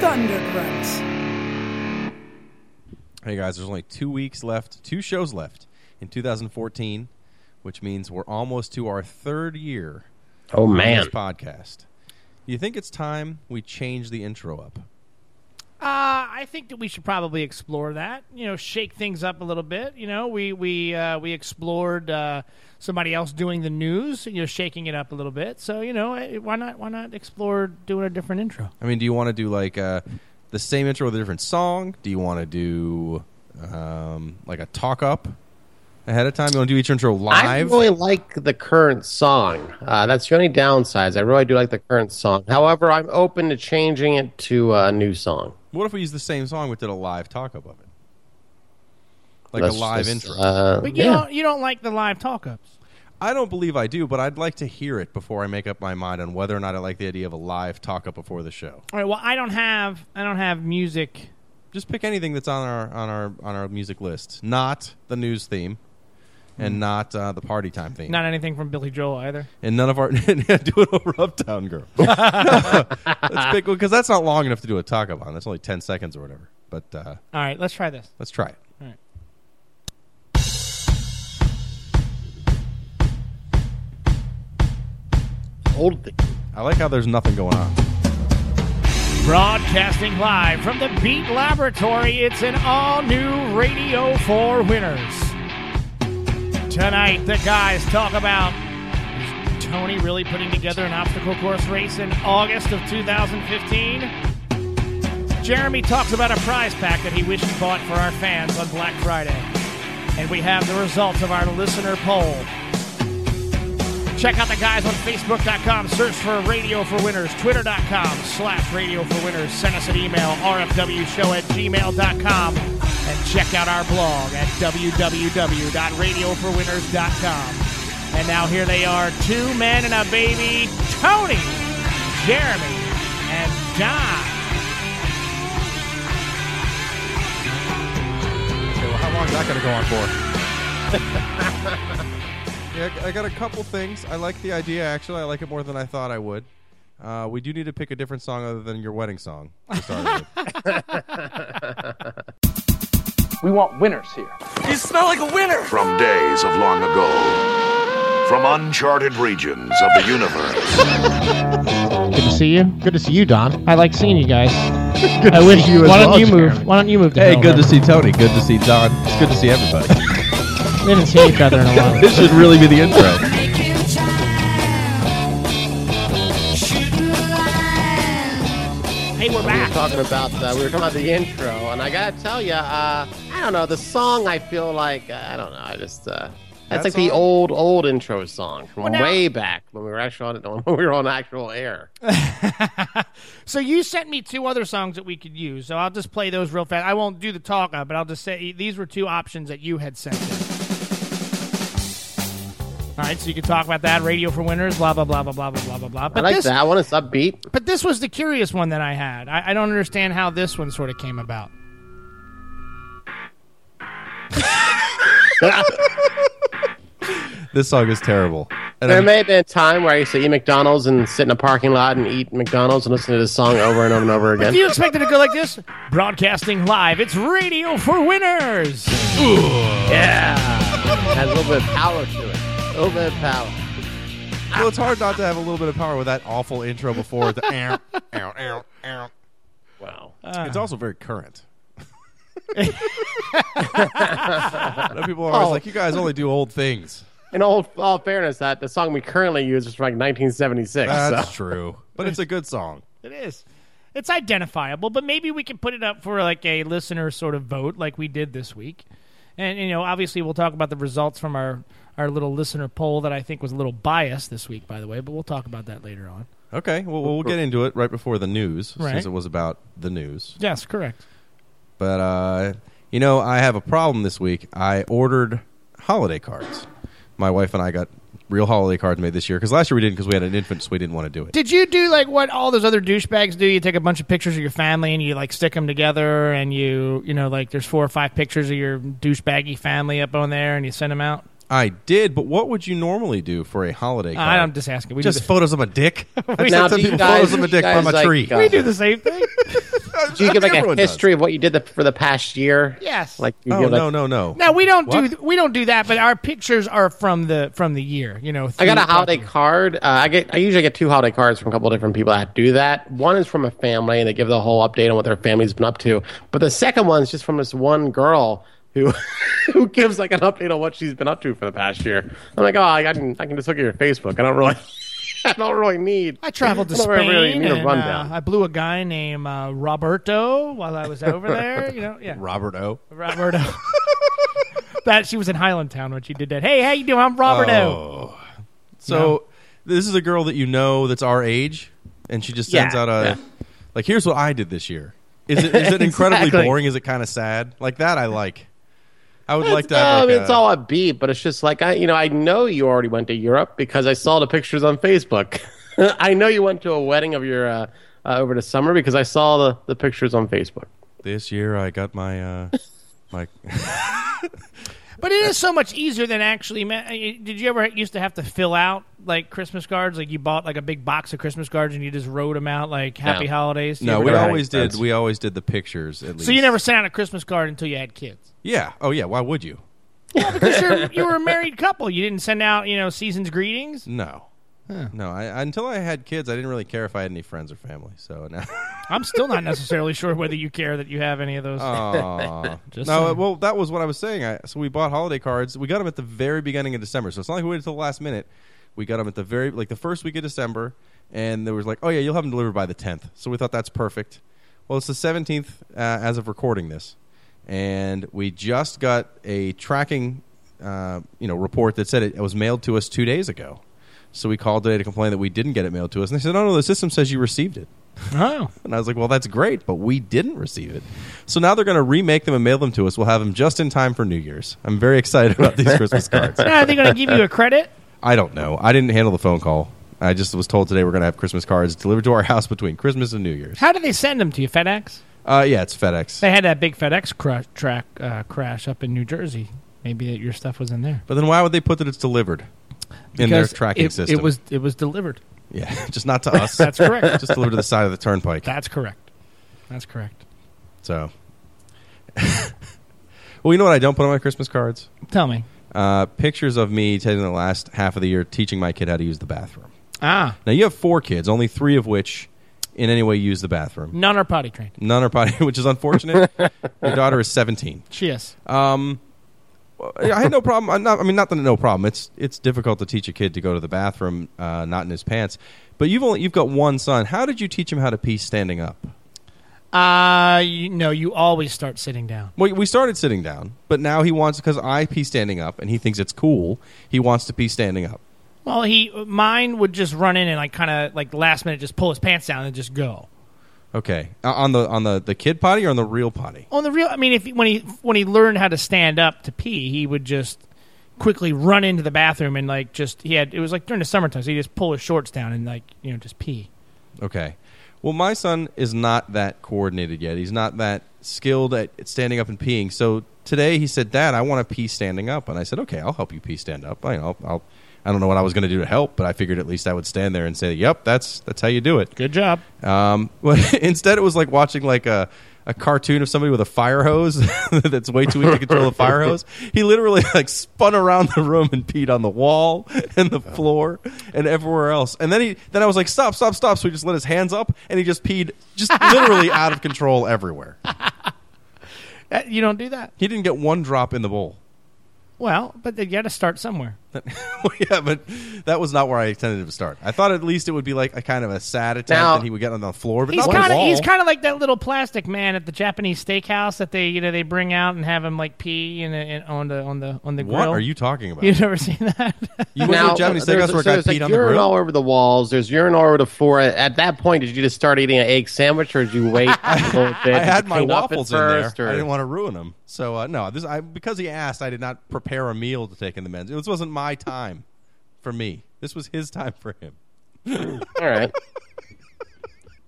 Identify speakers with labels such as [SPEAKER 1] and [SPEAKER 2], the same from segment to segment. [SPEAKER 1] Thunder Grunt.
[SPEAKER 2] Hey guys, there's only two weeks left, two shows left in 2014, which means we're almost to our third year
[SPEAKER 3] Oh
[SPEAKER 2] on
[SPEAKER 3] man,
[SPEAKER 2] this podcast. You think it's time we change the intro up?
[SPEAKER 4] Uh, I think that we should probably explore that. You know, shake things up a little bit. You know, we we uh, we explored uh, somebody else doing the news. You know, shaking it up a little bit. So you know, eh, why not why not explore doing a different intro?
[SPEAKER 2] I mean, do you want to do like uh, the same intro with a different song? Do you want to do um, like a talk up ahead of time? You want to do each intro
[SPEAKER 3] I
[SPEAKER 2] live?
[SPEAKER 3] really like the current song. Uh, that's the only downsides. I really do like the current song. However, I'm open to changing it to a new song.
[SPEAKER 2] What if we use the same song but did a live talk up of it? Like
[SPEAKER 3] That's-
[SPEAKER 2] a live
[SPEAKER 3] that's,
[SPEAKER 2] intro.
[SPEAKER 3] Uh,
[SPEAKER 4] But you
[SPEAKER 3] yeah.
[SPEAKER 4] don't you don't like the live talk ups.
[SPEAKER 2] I don't believe I do, but I'd like to hear it before I make up my mind on whether or not I like the idea of a live talk up before the show.
[SPEAKER 4] All right. Well, I don't have I don't have music.
[SPEAKER 2] Just pick anything that's on our on our on our music list, not the news theme, and not uh, the party time theme,
[SPEAKER 4] Not anything from Billy Joel either.
[SPEAKER 2] and none of our do it over Uptown Girl. let's pick because that's not long enough to do a talk up on. That's only ten seconds or whatever. But uh,
[SPEAKER 4] All right. Let's try this.
[SPEAKER 2] let's try it.
[SPEAKER 3] old thing.
[SPEAKER 2] I like how there's nothing going on.
[SPEAKER 4] Broadcasting live from the Beat Laboratory, it's an all new Radio 4 winners. Tonight, the guys talk about is Tony really putting together an obstacle course race in August of 2015? Jeremy talks about a prize pack that he wished he bought for our fans on Black Friday. And we have the results of our listener poll. Check out the guys on Facebook.com. Search for Radio for Winners. Twitter.com slash Radio for Winners. Send us an email, rfwshow at gmail.com. And check out our blog at www.radioforwinners.com. And now here they are, two men and a baby, Tony, Jeremy, and Don.
[SPEAKER 2] Okay, well, how long is that going to go on for? yeah, I I got a couple things. I like the idea, actually. I like it more than I thought I would. Uh, we do need to pick a different song other than your wedding song. to start with.
[SPEAKER 5] We want winners here.
[SPEAKER 6] From days of long ago. From uncharted regions of the universe.
[SPEAKER 4] Good to see you. Good to see you, Don. I like seeing you guys. I wish
[SPEAKER 3] see you as
[SPEAKER 4] Why don't
[SPEAKER 3] well,
[SPEAKER 4] you move?
[SPEAKER 3] Jeremy.
[SPEAKER 4] Why don't you move? To
[SPEAKER 2] hey,
[SPEAKER 4] Hanover?
[SPEAKER 2] good to see Tony. Good to see Don. It's good to see everybody.
[SPEAKER 4] We haven't seen each other in a while.
[SPEAKER 2] this should really be the intro.
[SPEAKER 4] Hey, we're
[SPEAKER 3] We were
[SPEAKER 4] back.
[SPEAKER 3] talking about uh, we were talking about the intro, and I gotta tell you, uh, I don't know the song. I feel like I don't know. I just uh,
[SPEAKER 2] That
[SPEAKER 3] that's like
[SPEAKER 2] song?
[SPEAKER 3] the old old intro song from
[SPEAKER 4] now-
[SPEAKER 3] way back when we were actually on when we were on actual air.
[SPEAKER 4] So you sent me two other songs that we could use. So I'll just play those real fast. I won't do the talk up, but I'll just say e, these were two options that you had sent. In. All right, so you can talk about that. Radio for winners. Blah blah blah blah blah blah blah blah blah.
[SPEAKER 3] I
[SPEAKER 4] But
[SPEAKER 3] like
[SPEAKER 4] this,
[SPEAKER 3] that one. It's upbeat.
[SPEAKER 4] but this was the curious one that I had. I, I don't understand how this one sort of came about.
[SPEAKER 2] This song is terrible. And
[SPEAKER 3] There
[SPEAKER 2] I'm-
[SPEAKER 3] may have been a time where I used to eat McDonald's and sit in a parking lot and eat McDonald's and listen to this song over and over and over
[SPEAKER 4] Do
[SPEAKER 3] again.
[SPEAKER 4] you expect it to go like this? Broadcasting live. It's radio for winners.
[SPEAKER 3] Yeah, has a little bit of power to it. A little bit of power.
[SPEAKER 2] well, it's hard not to have a little bit of power with that awful intro before. The, ow, ow, ow, ow.
[SPEAKER 3] Wow.
[SPEAKER 2] It's also very current. I know people are always
[SPEAKER 3] Oh.
[SPEAKER 2] like, you guys only do old things.
[SPEAKER 3] In all, all fairness, that the song we currently use is from like 1976.
[SPEAKER 2] That's
[SPEAKER 3] so.
[SPEAKER 2] true. But it's a good song.
[SPEAKER 4] It is. It's identifiable, but maybe we can put it up for like a listener sort of vote, like we did this week. And you know, obviously, we'll talk about the results from our our little listener poll that I think was a little biased this week, by the way. But we'll talk about that later on.
[SPEAKER 2] Okay, well, we'll get into it right before the news,
[SPEAKER 4] Right.
[SPEAKER 2] since it was about the news.
[SPEAKER 4] Yes, correct.
[SPEAKER 2] But, uh, you know, I have a problem this week. I ordered holiday cards. My wife and I got real holiday cards made this year, because last year we didn't, because we had an infant, so we didn't want to do it.
[SPEAKER 4] Did you do like what all those other douchebags do? You take a bunch of pictures of your family and you like stick them together, and you you know like there's four or five pictures of your douchebaggy family up on there, and you send them out.
[SPEAKER 2] I did, but what would you normally do for a holiday card?
[SPEAKER 4] I'm just asking. We do
[SPEAKER 2] Just
[SPEAKER 4] the-
[SPEAKER 2] photos of a dick? I
[SPEAKER 3] Now,
[SPEAKER 2] sent some
[SPEAKER 3] do you
[SPEAKER 2] people
[SPEAKER 3] guys-
[SPEAKER 2] photos of a
[SPEAKER 3] do you
[SPEAKER 2] dick from
[SPEAKER 3] guys
[SPEAKER 2] a
[SPEAKER 3] like,
[SPEAKER 2] tree.
[SPEAKER 3] uh,
[SPEAKER 4] we do the same thing.
[SPEAKER 2] does.
[SPEAKER 3] Do you give like a
[SPEAKER 2] Everyone does.
[SPEAKER 3] history of what you did the, for the past year?
[SPEAKER 4] Yes.
[SPEAKER 3] Like you
[SPEAKER 2] Oh
[SPEAKER 3] give, like,
[SPEAKER 2] no no no.
[SPEAKER 4] No, we don't do
[SPEAKER 2] What?
[SPEAKER 4] th- we don't do that. But our pictures are from the from the year. You know,
[SPEAKER 3] I got a
[SPEAKER 4] through-
[SPEAKER 3] holiday card. Uh, I get. I usually get two holiday cards from a couple of different people that do that. One is from a family, and they give the whole update on what their family's been up to. But the second one is just from this one girl who who gives like an update on what she's been up to for the past year. I'm like, oh, I can I can just look at your Facebook. I don't really, I don't really need.
[SPEAKER 4] I traveled to
[SPEAKER 3] I don't
[SPEAKER 4] Spain.
[SPEAKER 3] really need a
[SPEAKER 4] and,
[SPEAKER 3] rundown.
[SPEAKER 4] uh, I blew a guy named uh, Roberto while I was over there. You know, yeah,
[SPEAKER 2] Robert O.
[SPEAKER 4] Roberto. that she was in Highland Town when she did that. Hey, how you doing? I'm Roberto.
[SPEAKER 2] Oh. So this is a girl that you know that's our age, and she just sends
[SPEAKER 3] Yeah.
[SPEAKER 2] out a like. Here's what I did this year. Is it is it incredibly
[SPEAKER 3] Exactly.
[SPEAKER 2] boring? Is it kind of sad? Like that, I like. I would like to.
[SPEAKER 3] No,
[SPEAKER 2] have,
[SPEAKER 3] I
[SPEAKER 2] like,
[SPEAKER 3] mean, it's
[SPEAKER 2] a-
[SPEAKER 3] all upbeat, but it's just like I, you know, I know you already went to Europe because I saw the pictures on Facebook. I know you went to a wedding of your uh, uh, over the summer because I saw the, the pictures on Facebook.
[SPEAKER 2] this year. I got my uh, my.
[SPEAKER 4] But it is so much easier than actually. ma- uh, Did you ever used to have to fill out like Christmas cards? Like you bought like a big box of Christmas cards and you just wrote them out like Happy
[SPEAKER 3] No.
[SPEAKER 4] Holidays. Did you
[SPEAKER 2] no,
[SPEAKER 4] ever
[SPEAKER 2] we
[SPEAKER 4] do that?
[SPEAKER 2] always did.
[SPEAKER 3] That's-
[SPEAKER 2] We always did the pictures at least.
[SPEAKER 4] So you never sent out a Christmas card until you had kids.
[SPEAKER 2] Yeah. Oh yeah. Why would you?
[SPEAKER 4] Because you're, you were a married couple. You didn't send out, you know, season's greetings.
[SPEAKER 2] No. No, I, until I had kids, I didn't really care if I had any friends or family. So now,
[SPEAKER 4] I'm still not necessarily sure whether you care that you have any of those. Just
[SPEAKER 2] no,
[SPEAKER 4] saying.
[SPEAKER 2] well, that was what I was saying. I, so we bought holiday cards. We got them at the very beginning of December. So it's not like we waited till the last minute. We got them at the very like the first week of December, and there was like, oh yeah, you'll have them delivered by the tenth. So we thought that's perfect. Well, it's the seventeenth uh, as of recording this, and we just got a tracking, uh, you know, report that said it, it was mailed to us two days ago. So we called today to complain that we didn't get it mailed to us, and they said, oh no, the system says you received it.
[SPEAKER 4] oh.
[SPEAKER 2] And I was like, well, that's great, but we didn't receive it. So now they're going to remake them and mail them to us. We'll have them just in time for New Year's. I'm very excited about these Christmas cards.
[SPEAKER 4] Now, are they going to give you a credit?
[SPEAKER 2] I don't know. I didn't handle the phone call. I just was told today we're going to have Christmas cards delivered to our house between Christmas and New Year's.
[SPEAKER 4] How did they send them to you, FedEx?
[SPEAKER 2] Uh, yeah, it's FedEx.
[SPEAKER 4] They had that big FedEx cru- track uh, crash up in New Jersey. Maybe that your stuff was in there.
[SPEAKER 2] But then why would they put that it's delivered in their
[SPEAKER 4] Because
[SPEAKER 2] tracking
[SPEAKER 4] it,
[SPEAKER 2] system?
[SPEAKER 4] It was it was delivered.
[SPEAKER 2] yeah, just not to us.
[SPEAKER 4] That's correct.
[SPEAKER 2] just delivered to the side of the turnpike.
[SPEAKER 4] That's correct. That's correct.
[SPEAKER 2] So, well, you know what? I don't put on my Christmas cards.
[SPEAKER 4] Tell me.
[SPEAKER 2] Uh, pictures of me taking the last half of the year teaching my kid how to use the bathroom.
[SPEAKER 4] Ah,
[SPEAKER 2] Now you have four kids, only three of which in any way use the bathroom.
[SPEAKER 4] none are potty trained.
[SPEAKER 2] None are potty, which is unfortunate. Your daughter is seventeen.
[SPEAKER 4] She is.
[SPEAKER 2] I had no problem. I'm not, I mean, not that no problem. It's it's difficult to teach a kid to go to the bathroom uh, not in his pants. But you've only you've got one son. How did you teach him how to pee standing up?
[SPEAKER 4] Uh, you, no, you always start sitting down.
[SPEAKER 2] Well, we started sitting down, but now he wants because I pee standing up, and he thinks it's cool. He wants to pee standing up.
[SPEAKER 4] Well, he mine would just run in and like kind of like last minute just pull his pants down and just go.
[SPEAKER 2] Okay, Uh, on the on the the kid potty or on the real potty?
[SPEAKER 4] On the real, I mean, if when he when he learned how to stand up to pee, he would just quickly run into the bathroom and like just he had it was like during the summertime, so he just pull his shorts down and like you know just pee.
[SPEAKER 2] Okay. Well, my son is not that coordinated yet. He's not that skilled at at standing up and peeing. So today he said, "Dad, I want to pee standing up," and I said, "Okay, I'll help you pee stand up." I, I'll, I'll, I don't know what I was going to do to help, but I figured at least I would stand there and say, "Yep, that's that's how you do it."
[SPEAKER 4] Good job.
[SPEAKER 2] Um, but instead, it was like watching like a a cartoon of somebody with a fire hose that's way too weak to control the fire hose. He literally like spun around the room and peed on the wall and the floor and everywhere else. And then he then I was like, stop, stop, stop. So he just let his hands up and he just peed just literally out of control everywhere.
[SPEAKER 4] That- Uh, you don't do that.
[SPEAKER 2] He didn't get one drop in the bowl.
[SPEAKER 4] Well, but you got to start somewhere.
[SPEAKER 2] Well, yeah, but that was not where I intended to start. I thought at least it would be like a kind of a sad attempt
[SPEAKER 3] Now-
[SPEAKER 2] and he would get on the floor, but
[SPEAKER 4] He's
[SPEAKER 2] not
[SPEAKER 4] kind
[SPEAKER 2] the
[SPEAKER 4] of
[SPEAKER 2] wall.
[SPEAKER 4] he's kind of like that little plastic man at the Japanese steakhouse that they you know they bring out and have him like pee in, a- in, on the on the on the grill.
[SPEAKER 2] what are you talking about?
[SPEAKER 4] You've never seen that?
[SPEAKER 2] You went to a Japanese steakhouse where a guy
[SPEAKER 3] there's,
[SPEAKER 2] peed
[SPEAKER 3] like
[SPEAKER 2] on the
[SPEAKER 3] urine
[SPEAKER 2] grill.
[SPEAKER 3] all over the walls. There's urine all over the floor. At, at that point, did you just start eating an egg sandwich, or did you wait? a little bit? Did
[SPEAKER 2] I
[SPEAKER 3] you
[SPEAKER 2] had my
[SPEAKER 3] clean up at
[SPEAKER 2] waffles in there.
[SPEAKER 3] first, or-
[SPEAKER 2] I didn't want to ruin them. So uh, no, this I because he asked, I did not prepare a meal to take in the men's. This wasn't my time for me. This was his time for him.
[SPEAKER 3] All right.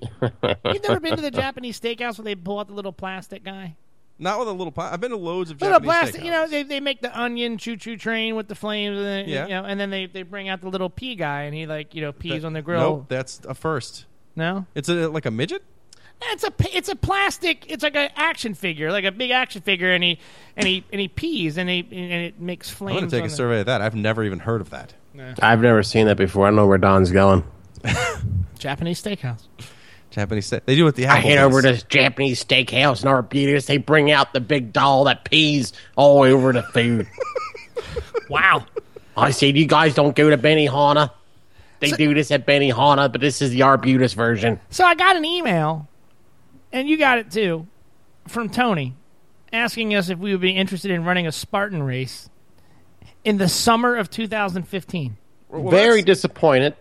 [SPEAKER 4] You've never been to the Japanese steakhouse where they pull out the little plastic guy?
[SPEAKER 2] Not with a little. Pla- I've been to loads of
[SPEAKER 4] Little
[SPEAKER 2] Japanese
[SPEAKER 4] plastic, you know,
[SPEAKER 2] steakhouses.
[SPEAKER 4] they, they make the onion choo choo train with the flames, and then,
[SPEAKER 2] Yeah.
[SPEAKER 4] you know, and then they, they bring out the little pea guy, and he like you know pees on the grill.
[SPEAKER 2] Nope, that's a first.
[SPEAKER 4] No,
[SPEAKER 2] It's a, like a midget.
[SPEAKER 4] It's a p- it's a plastic. It's like an action figure, like a big action figure, and he and he and he pees and he and it makes
[SPEAKER 2] I'm
[SPEAKER 4] flames.
[SPEAKER 2] going to take
[SPEAKER 4] on
[SPEAKER 2] a
[SPEAKER 4] the-
[SPEAKER 2] survey of that. I've never even heard of that.
[SPEAKER 3] I've never seen that before. I don't know where Don's going.
[SPEAKER 4] Japanese steakhouse.
[SPEAKER 2] Japanese set. They do it at the
[SPEAKER 3] I
[SPEAKER 2] Apple.
[SPEAKER 3] head
[SPEAKER 2] place.
[SPEAKER 3] over to this Japanese steakhouse and Arbutus. They bring out the big doll that pees all over the food.
[SPEAKER 4] Wow.
[SPEAKER 3] I said, you guys don't go to Benihana. They do this at Benihana, but this is the Arbutus version.
[SPEAKER 4] So I got an email, and you got it too, from Tony, asking us if we would be interested in running a Spartan race in the summer of 2015.
[SPEAKER 2] Well,
[SPEAKER 3] Very
[SPEAKER 2] that's-
[SPEAKER 3] disappointed.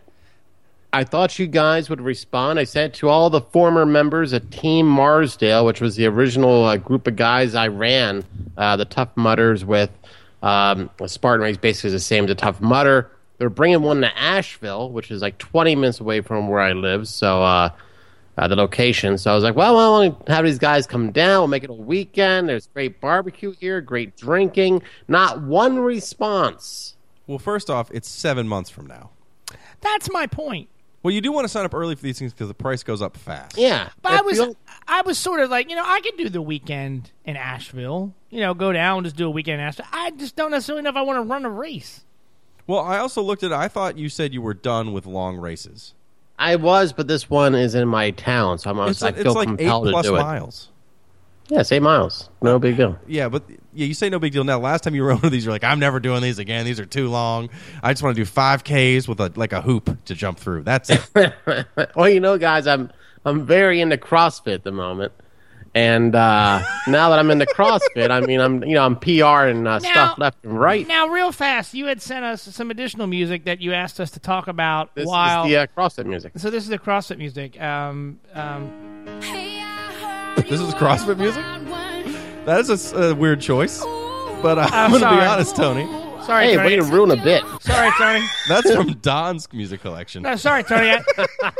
[SPEAKER 3] I thought you guys would respond. I said to all the former members of Team Marsdale, which was the original uh, group of guys I ran uh, the Tough Mudders with. Um, a Spartan race basically is the same as a Tough Mudder. They're bringing one to Asheville, which is like 20 minutes away from where I live. So, uh, uh, the location. So I was like, well, why don't we have these guys come down? We'll make it a weekend. There's great barbecue here, great drinking. Not one response.
[SPEAKER 2] well, first off, it's seven months from now.
[SPEAKER 4] That's my point.
[SPEAKER 2] Well, you do want to sign up early for these things because the price goes up fast.
[SPEAKER 3] Yeah.
[SPEAKER 4] But
[SPEAKER 3] If
[SPEAKER 4] I
[SPEAKER 3] you
[SPEAKER 4] was
[SPEAKER 3] don't-
[SPEAKER 4] I was sort of like, you know, I could do the weekend in Asheville. You know, go down, just do a weekend in Asheville. I just don't necessarily know if I want to run a race.
[SPEAKER 2] Well, I also looked at. it. I thought you said you were done with long races.
[SPEAKER 3] I was, but this one is in my town, so I'm
[SPEAKER 2] It's,
[SPEAKER 3] I
[SPEAKER 2] it's
[SPEAKER 3] feel
[SPEAKER 2] like eight
[SPEAKER 3] compelled
[SPEAKER 2] plus
[SPEAKER 3] to do
[SPEAKER 2] miles.
[SPEAKER 3] it. Yeah, it's eight miles. No big deal.
[SPEAKER 2] Yeah, but yeah, you say no big deal now. Last time you were on one of these, you're like, I'm never doing these again. These are too long. I just want to do five Ks with a like a hoop to jump through. That's it.
[SPEAKER 3] Well, you know, guys, I'm I'm very into CrossFit at the moment, and uh, now that I'm into CrossFit, I mean, I'm you know I'm PR and uh, stuff left and right.
[SPEAKER 4] Now, real fast, you had sent us some additional music that you asked us to talk about
[SPEAKER 3] this
[SPEAKER 4] while.
[SPEAKER 3] is the uh, CrossFit music.
[SPEAKER 4] so this is the CrossFit music. Um, um,
[SPEAKER 2] This is CrossFit music? That is a s- a, weird choice, but uh, I'm, going to be
[SPEAKER 4] sorry.
[SPEAKER 2] honest, Tony.
[SPEAKER 4] sorry,
[SPEAKER 3] Hey,
[SPEAKER 4] Tony.
[SPEAKER 3] way to ruin a bit.
[SPEAKER 4] sorry, Tony.
[SPEAKER 2] That's from Don's music collection.
[SPEAKER 4] No, sorry, Tony.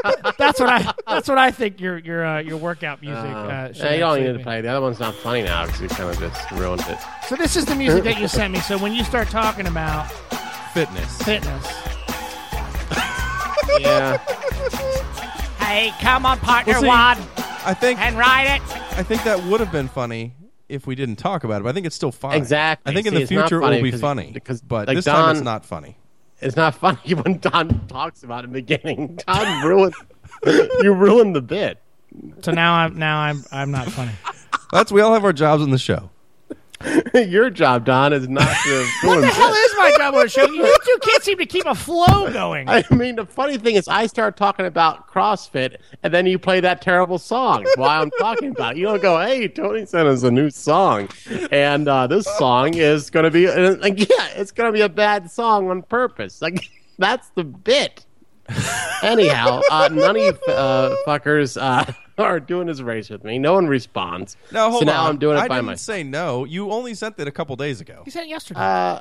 [SPEAKER 4] I, that's what I. That's what I think your your uh, your workout music. Uh, should
[SPEAKER 3] Yeah, you don't
[SPEAKER 4] actually
[SPEAKER 3] need to
[SPEAKER 4] be.
[SPEAKER 3] play. The other one's not funny now because you kind of just ruined it.
[SPEAKER 4] So this is the music that you sent me. So when you start talking about
[SPEAKER 2] Fitness.
[SPEAKER 4] fitness,
[SPEAKER 3] Yeah.
[SPEAKER 4] hey, come on, partner
[SPEAKER 2] Well, see-
[SPEAKER 4] Wad,
[SPEAKER 2] I think
[SPEAKER 4] and ride it.
[SPEAKER 2] I think that would have been funny if we didn't talk about it. But I think it's still fine.
[SPEAKER 3] Exactly.
[SPEAKER 2] I think in
[SPEAKER 3] See,
[SPEAKER 2] the
[SPEAKER 3] it's not
[SPEAKER 2] future it will
[SPEAKER 3] funny
[SPEAKER 2] be
[SPEAKER 3] because-
[SPEAKER 2] funny
[SPEAKER 3] because,
[SPEAKER 2] but
[SPEAKER 3] like,
[SPEAKER 2] this time it's
[SPEAKER 3] Don-
[SPEAKER 2] not funny.
[SPEAKER 3] It's not funny when Don talks about it in the beginning. Don ruined. you ruined the bit.
[SPEAKER 4] So now I'm now I'm I'm not funny.
[SPEAKER 2] That's we all have our jobs on the show.
[SPEAKER 3] Your job, Don, is not to ruin
[SPEAKER 4] the hell is my job on the show? You two kids seem to keep a flow going.
[SPEAKER 3] I mean, the funny thing is, I start talking about CrossFit, and then you play that terrible song while I'm talking about it. You don't go, "Hey, Tony sent us a new song, and uh, this song is going to be and, like, yeah, it's going to be a bad song on purpose." Like, that's the bit. Anyhow, uh, none of you uh, fuckers uh, are doing this race with me. No one responds.
[SPEAKER 2] Now hold
[SPEAKER 3] so now
[SPEAKER 2] on.
[SPEAKER 3] I'm doing it
[SPEAKER 2] I
[SPEAKER 3] by
[SPEAKER 2] didn't
[SPEAKER 3] myself.
[SPEAKER 2] say no. You only sent it a couple days ago.
[SPEAKER 4] You said it yesterday.
[SPEAKER 3] Uh,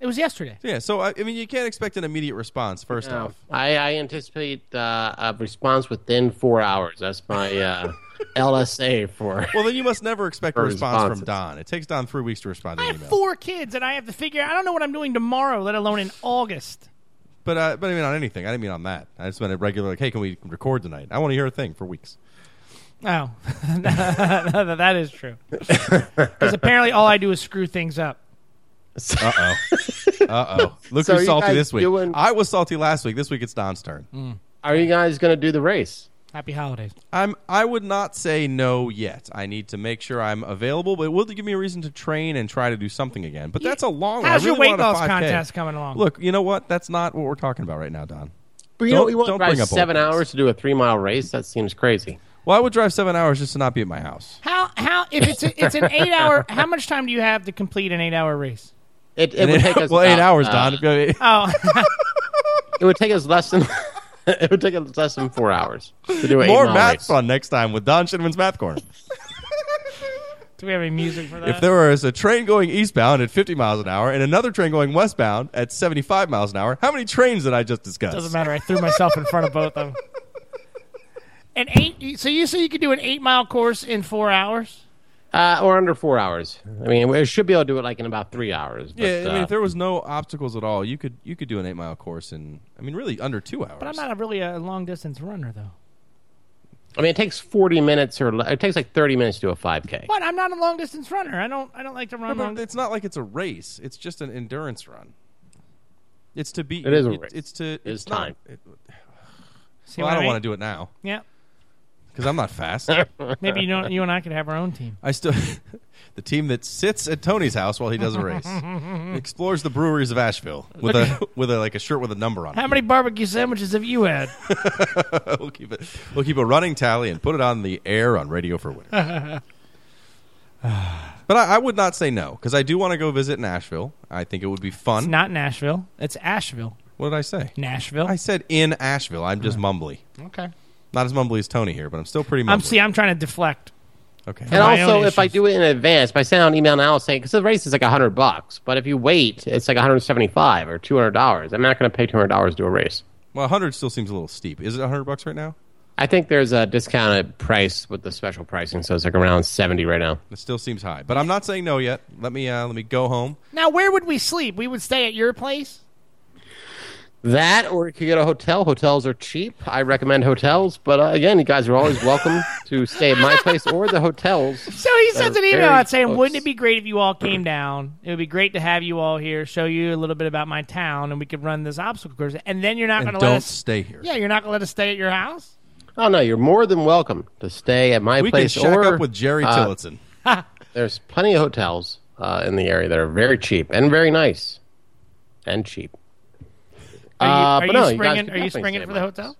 [SPEAKER 4] it was yesterday.
[SPEAKER 2] Yeah, so I, I mean, you can't expect an immediate response. First
[SPEAKER 3] No,
[SPEAKER 2] off,
[SPEAKER 3] I, I anticipate uh, a response within four hours. That's my uh, LSA for.
[SPEAKER 2] well, then you must never expect a
[SPEAKER 3] For
[SPEAKER 2] response from
[SPEAKER 3] responses.
[SPEAKER 2] Don. It takes Don three weeks to respond to
[SPEAKER 4] I
[SPEAKER 2] an
[SPEAKER 4] have
[SPEAKER 2] email.
[SPEAKER 4] four kids, and I have to figure. I don't know what I'm doing tomorrow, let alone in August.
[SPEAKER 2] But uh, but I mean on anything. I didn't mean on that. I just meant a regular like, hey, can we record tonight? I want to hear a thing for weeks.
[SPEAKER 4] Oh, that is true. Because apparently, all I do is screw things up.
[SPEAKER 2] Uh oh. uh oh. Look
[SPEAKER 3] So are
[SPEAKER 2] who's
[SPEAKER 3] you
[SPEAKER 2] salty
[SPEAKER 3] guys
[SPEAKER 2] this week.
[SPEAKER 3] doing-
[SPEAKER 2] I was salty last week. This week it's Don's turn.
[SPEAKER 3] Are you guys going to do the race?
[SPEAKER 4] Happy holidays.
[SPEAKER 2] I'm. I would not say no yet. I need to make sure I'm available, but it will give me a reason to train and try to do something again. But that's a long. one. I
[SPEAKER 4] How's your
[SPEAKER 2] really want
[SPEAKER 4] weight
[SPEAKER 2] a
[SPEAKER 4] loss
[SPEAKER 2] 5K.
[SPEAKER 4] contest coming along?
[SPEAKER 2] Look, you know what? That's not what we're talking about right now, Don.
[SPEAKER 3] But you
[SPEAKER 2] Don't-
[SPEAKER 3] know, you
[SPEAKER 2] don't
[SPEAKER 3] want to
[SPEAKER 2] bring up
[SPEAKER 3] drive seven
[SPEAKER 2] old things.
[SPEAKER 3] hours to do a three mile race? That seems crazy.
[SPEAKER 2] Well, I would drive seven hours just to not be at my house.
[SPEAKER 4] How how if it's a, it's an eight hour? How much time do you have to complete an eight hour race?
[SPEAKER 3] It, it would
[SPEAKER 2] And
[SPEAKER 3] take
[SPEAKER 2] it-
[SPEAKER 3] us
[SPEAKER 2] well, eight hours,
[SPEAKER 3] about, uh,
[SPEAKER 2] Don.
[SPEAKER 4] Oh,
[SPEAKER 3] It would take us less than. it would take us less than four hours to do an
[SPEAKER 2] More
[SPEAKER 3] eight mile
[SPEAKER 2] math
[SPEAKER 3] race.
[SPEAKER 2] fun next time with Don Shinman's Math Corner.
[SPEAKER 4] do we have any music for that?
[SPEAKER 2] If there was a train going eastbound at 50 miles an hour and another train going westbound at 75 miles an hour, how many trains did I just discuss?
[SPEAKER 4] Doesn't matter. I threw myself in front of both of them. An eight. So you say you could do an eight mile course in four hours?
[SPEAKER 3] uh, or under four hours. I mean, we should be able to do it like in about three hours. But,
[SPEAKER 2] Yeah, I mean,
[SPEAKER 3] uh,
[SPEAKER 2] if there was no obstacles at all, you could you could do an eight mile course in, I mean, really under two hours.
[SPEAKER 4] But I'm not a, really a long distance runner though.
[SPEAKER 3] I mean, it takes 40 minutes or le- it takes like 30 minutes to do a 5K.
[SPEAKER 4] But I'm not a long distance runner. I don't. I don't like to run long.
[SPEAKER 2] But it's not like it's a race. It's just an endurance run. It's to be.
[SPEAKER 3] It is a race.
[SPEAKER 2] It's to. It's,
[SPEAKER 3] is
[SPEAKER 2] not-
[SPEAKER 3] time.
[SPEAKER 2] it-
[SPEAKER 4] See
[SPEAKER 2] well, I
[SPEAKER 4] what
[SPEAKER 2] don't
[SPEAKER 4] mean?
[SPEAKER 2] want to do it now
[SPEAKER 4] Yeah.
[SPEAKER 2] because I'm not fast.
[SPEAKER 4] Maybe you know you and I could have our own team.
[SPEAKER 2] I still the team that sits at Tony's house while he does a race explores the breweries of Asheville with a with a like a shirt with a number on
[SPEAKER 4] How
[SPEAKER 2] it.
[SPEAKER 4] many barbecue sandwiches have you had?
[SPEAKER 2] We'll keep it. We'll keep a running tally and put it on the air on Radio for Winter. but I, I would not say no because I do want to go visit Nashville. I think it would be
[SPEAKER 4] It's
[SPEAKER 2] fun.
[SPEAKER 4] not Nashville. It's Asheville.
[SPEAKER 2] what did I say?
[SPEAKER 4] Nashville.
[SPEAKER 2] I said in Asheville. I'm just mumbly.
[SPEAKER 4] okay.
[SPEAKER 2] Not as mumbly as Tony here, but I'm still pretty mumbly.
[SPEAKER 4] I'm see. I'm trying to deflect.
[SPEAKER 2] okay.
[SPEAKER 3] And
[SPEAKER 4] my
[SPEAKER 3] also,
[SPEAKER 4] own
[SPEAKER 3] if I
[SPEAKER 4] issues.
[SPEAKER 3] do it in advance, if I send out an email now saying, because the race is like 100 bucks, but if you wait, it's like 175 or 200 dollars. I'm not going to pay 200 dollars to do a race.
[SPEAKER 2] Well, 100 still seems a little steep. Is it 100 bucks right now?
[SPEAKER 3] I think there's a discounted price with the special pricing, so it's like around 70 right now.
[SPEAKER 2] It still seems high. But I'm not saying no yet. Let me uh, let me go home.
[SPEAKER 4] Now, where would we sleep? We would stay at your place.
[SPEAKER 3] That, or you could get a hotel. Hotels are cheap. I recommend hotels, but uh, again, you guys are always welcome to stay at my place or the hotels.
[SPEAKER 4] So he sends
[SPEAKER 3] They're
[SPEAKER 4] an email
[SPEAKER 3] very
[SPEAKER 4] out saying,
[SPEAKER 3] close.
[SPEAKER 4] "Wouldn't it be great if you all came down? It would be great to have you all here, show you a little bit about my town, and we could run this obstacle course. And then you're not
[SPEAKER 2] And
[SPEAKER 4] going to let
[SPEAKER 2] don't
[SPEAKER 4] us.
[SPEAKER 2] stay here.
[SPEAKER 4] yeah, you're not going to let us stay at your house.
[SPEAKER 3] Oh no, you're more than welcome to stay at my
[SPEAKER 2] we can
[SPEAKER 3] place
[SPEAKER 2] shack
[SPEAKER 3] or
[SPEAKER 2] up with Jerry
[SPEAKER 3] uh,
[SPEAKER 2] Tillotson.
[SPEAKER 3] There's plenty of hotels uh, in the area that are very cheap and very nice and cheap.
[SPEAKER 4] Are
[SPEAKER 3] uh,
[SPEAKER 4] you,
[SPEAKER 3] but
[SPEAKER 4] are
[SPEAKER 3] no,
[SPEAKER 4] you
[SPEAKER 3] you guys
[SPEAKER 4] springing?
[SPEAKER 3] could
[SPEAKER 4] are you
[SPEAKER 3] definitely
[SPEAKER 4] springing
[SPEAKER 3] stay at
[SPEAKER 4] for the
[SPEAKER 3] my
[SPEAKER 4] hotel?
[SPEAKER 3] house.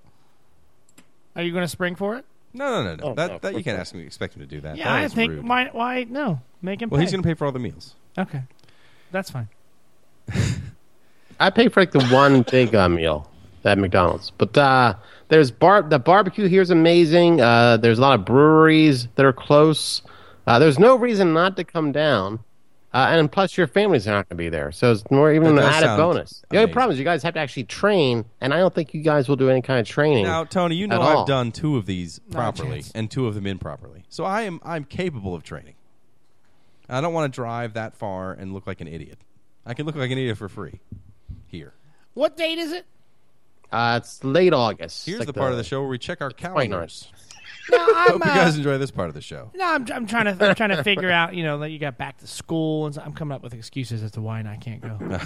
[SPEAKER 4] Are you going to spring for it?
[SPEAKER 2] No, no, no, no.
[SPEAKER 3] Oh,
[SPEAKER 2] that
[SPEAKER 3] no,
[SPEAKER 2] that you
[SPEAKER 3] of
[SPEAKER 2] can't
[SPEAKER 3] course
[SPEAKER 2] ask him. Expect him to do that.
[SPEAKER 4] Yeah,
[SPEAKER 2] That
[SPEAKER 4] I
[SPEAKER 2] is
[SPEAKER 4] think
[SPEAKER 2] rude.
[SPEAKER 4] why? Why no? Make him.
[SPEAKER 2] Well,
[SPEAKER 4] pay.
[SPEAKER 2] he's going to pay for all the meals.
[SPEAKER 4] Okay, that's fine.
[SPEAKER 3] I pay for like the one big uh, meal at McDonald's, but uh, there's bar. The barbecue here is amazing. Uh, there's a lot of breweries that are close. Uh, there's no reason not to come down, uh, and plus your families are not going to be there, so it's more even an
[SPEAKER 2] That does
[SPEAKER 3] added
[SPEAKER 2] sound
[SPEAKER 3] bonus. The only
[SPEAKER 2] amazing.
[SPEAKER 3] problem is you guys have to actually train, and I don't think you guys will do any kind of training.
[SPEAKER 2] Now, Tony, you know
[SPEAKER 3] At
[SPEAKER 2] I've
[SPEAKER 3] all.
[SPEAKER 2] done two of these properly
[SPEAKER 4] chance.
[SPEAKER 2] and two of them improperly. So I am I'm capable of training. I don't want to drive that far and look like an idiot. I can look like an idiot for free here.
[SPEAKER 4] What date is it?
[SPEAKER 3] uh, it's late August.
[SPEAKER 2] Here's
[SPEAKER 3] Like
[SPEAKER 2] the part of the show where we check our
[SPEAKER 3] Why not?
[SPEAKER 2] calendars.
[SPEAKER 4] No, I'm.
[SPEAKER 2] Hope you
[SPEAKER 4] uh,
[SPEAKER 2] guys enjoy this part of the show.
[SPEAKER 4] no, I'm, I'm trying to. I'm trying to figure out. You know, that you got back to school, and so I'm coming up with excuses as to why I can't go.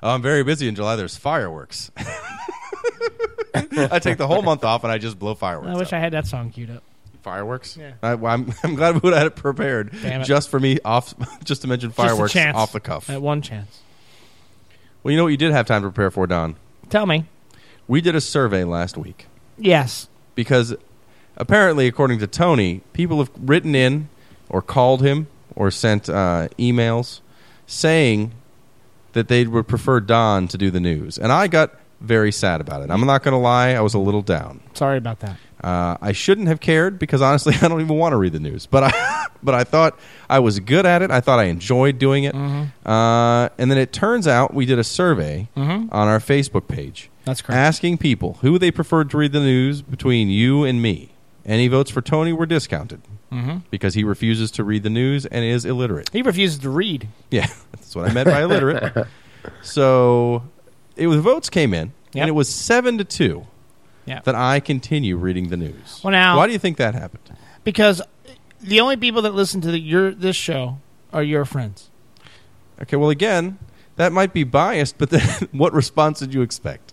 [SPEAKER 2] I'm very busy in July. There's fireworks. I take the whole month off and I just blow fireworks.
[SPEAKER 4] I wish
[SPEAKER 2] up.
[SPEAKER 4] I had that song queued up.
[SPEAKER 2] fireworks.
[SPEAKER 4] Yeah.
[SPEAKER 2] I, am I'm glad we had it prepared
[SPEAKER 4] Damn it.
[SPEAKER 2] just for me off, just to mention
[SPEAKER 4] Just a
[SPEAKER 2] fireworks
[SPEAKER 4] chance.
[SPEAKER 2] off the cuff.
[SPEAKER 4] At one chance.
[SPEAKER 2] Well, you know what you did have time to prepare for, Don?
[SPEAKER 4] Tell me.
[SPEAKER 2] We did a survey last week
[SPEAKER 4] Yes.
[SPEAKER 2] because apparently, according to Tony, people have written in or called him or sent uh, emails saying that they would prefer Don to do the news. And I got very sad about it. I'm not going to lie, I was a little down.
[SPEAKER 4] Sorry about that.
[SPEAKER 2] Uh, I shouldn't have cared because honestly, I don't even want to read the news. But I, but I thought I was good at it. I thought I enjoyed doing it.
[SPEAKER 4] Mm-hmm.
[SPEAKER 2] Uh, and then it turns out we did a survey on our Facebook page.
[SPEAKER 4] Mm-hmm. That's correct.
[SPEAKER 2] Asking people who they preferred to read the news between you and me. Any votes for Tony were discounted
[SPEAKER 4] Mm-hmm.
[SPEAKER 2] because he refuses to read the news and is illiterate.
[SPEAKER 4] He refuses to read.
[SPEAKER 2] Yeah, that's what I meant by illiterate. so it was votes came in,
[SPEAKER 4] Yep.
[SPEAKER 2] and it was seven to two
[SPEAKER 4] Yeah.
[SPEAKER 2] that I continue reading the news.
[SPEAKER 4] Well, now-
[SPEAKER 2] why do you think that happened?
[SPEAKER 4] Because the only people that listen to the, your this show are your friends.
[SPEAKER 2] Okay, well, again, that might be biased, but then what response did you expect?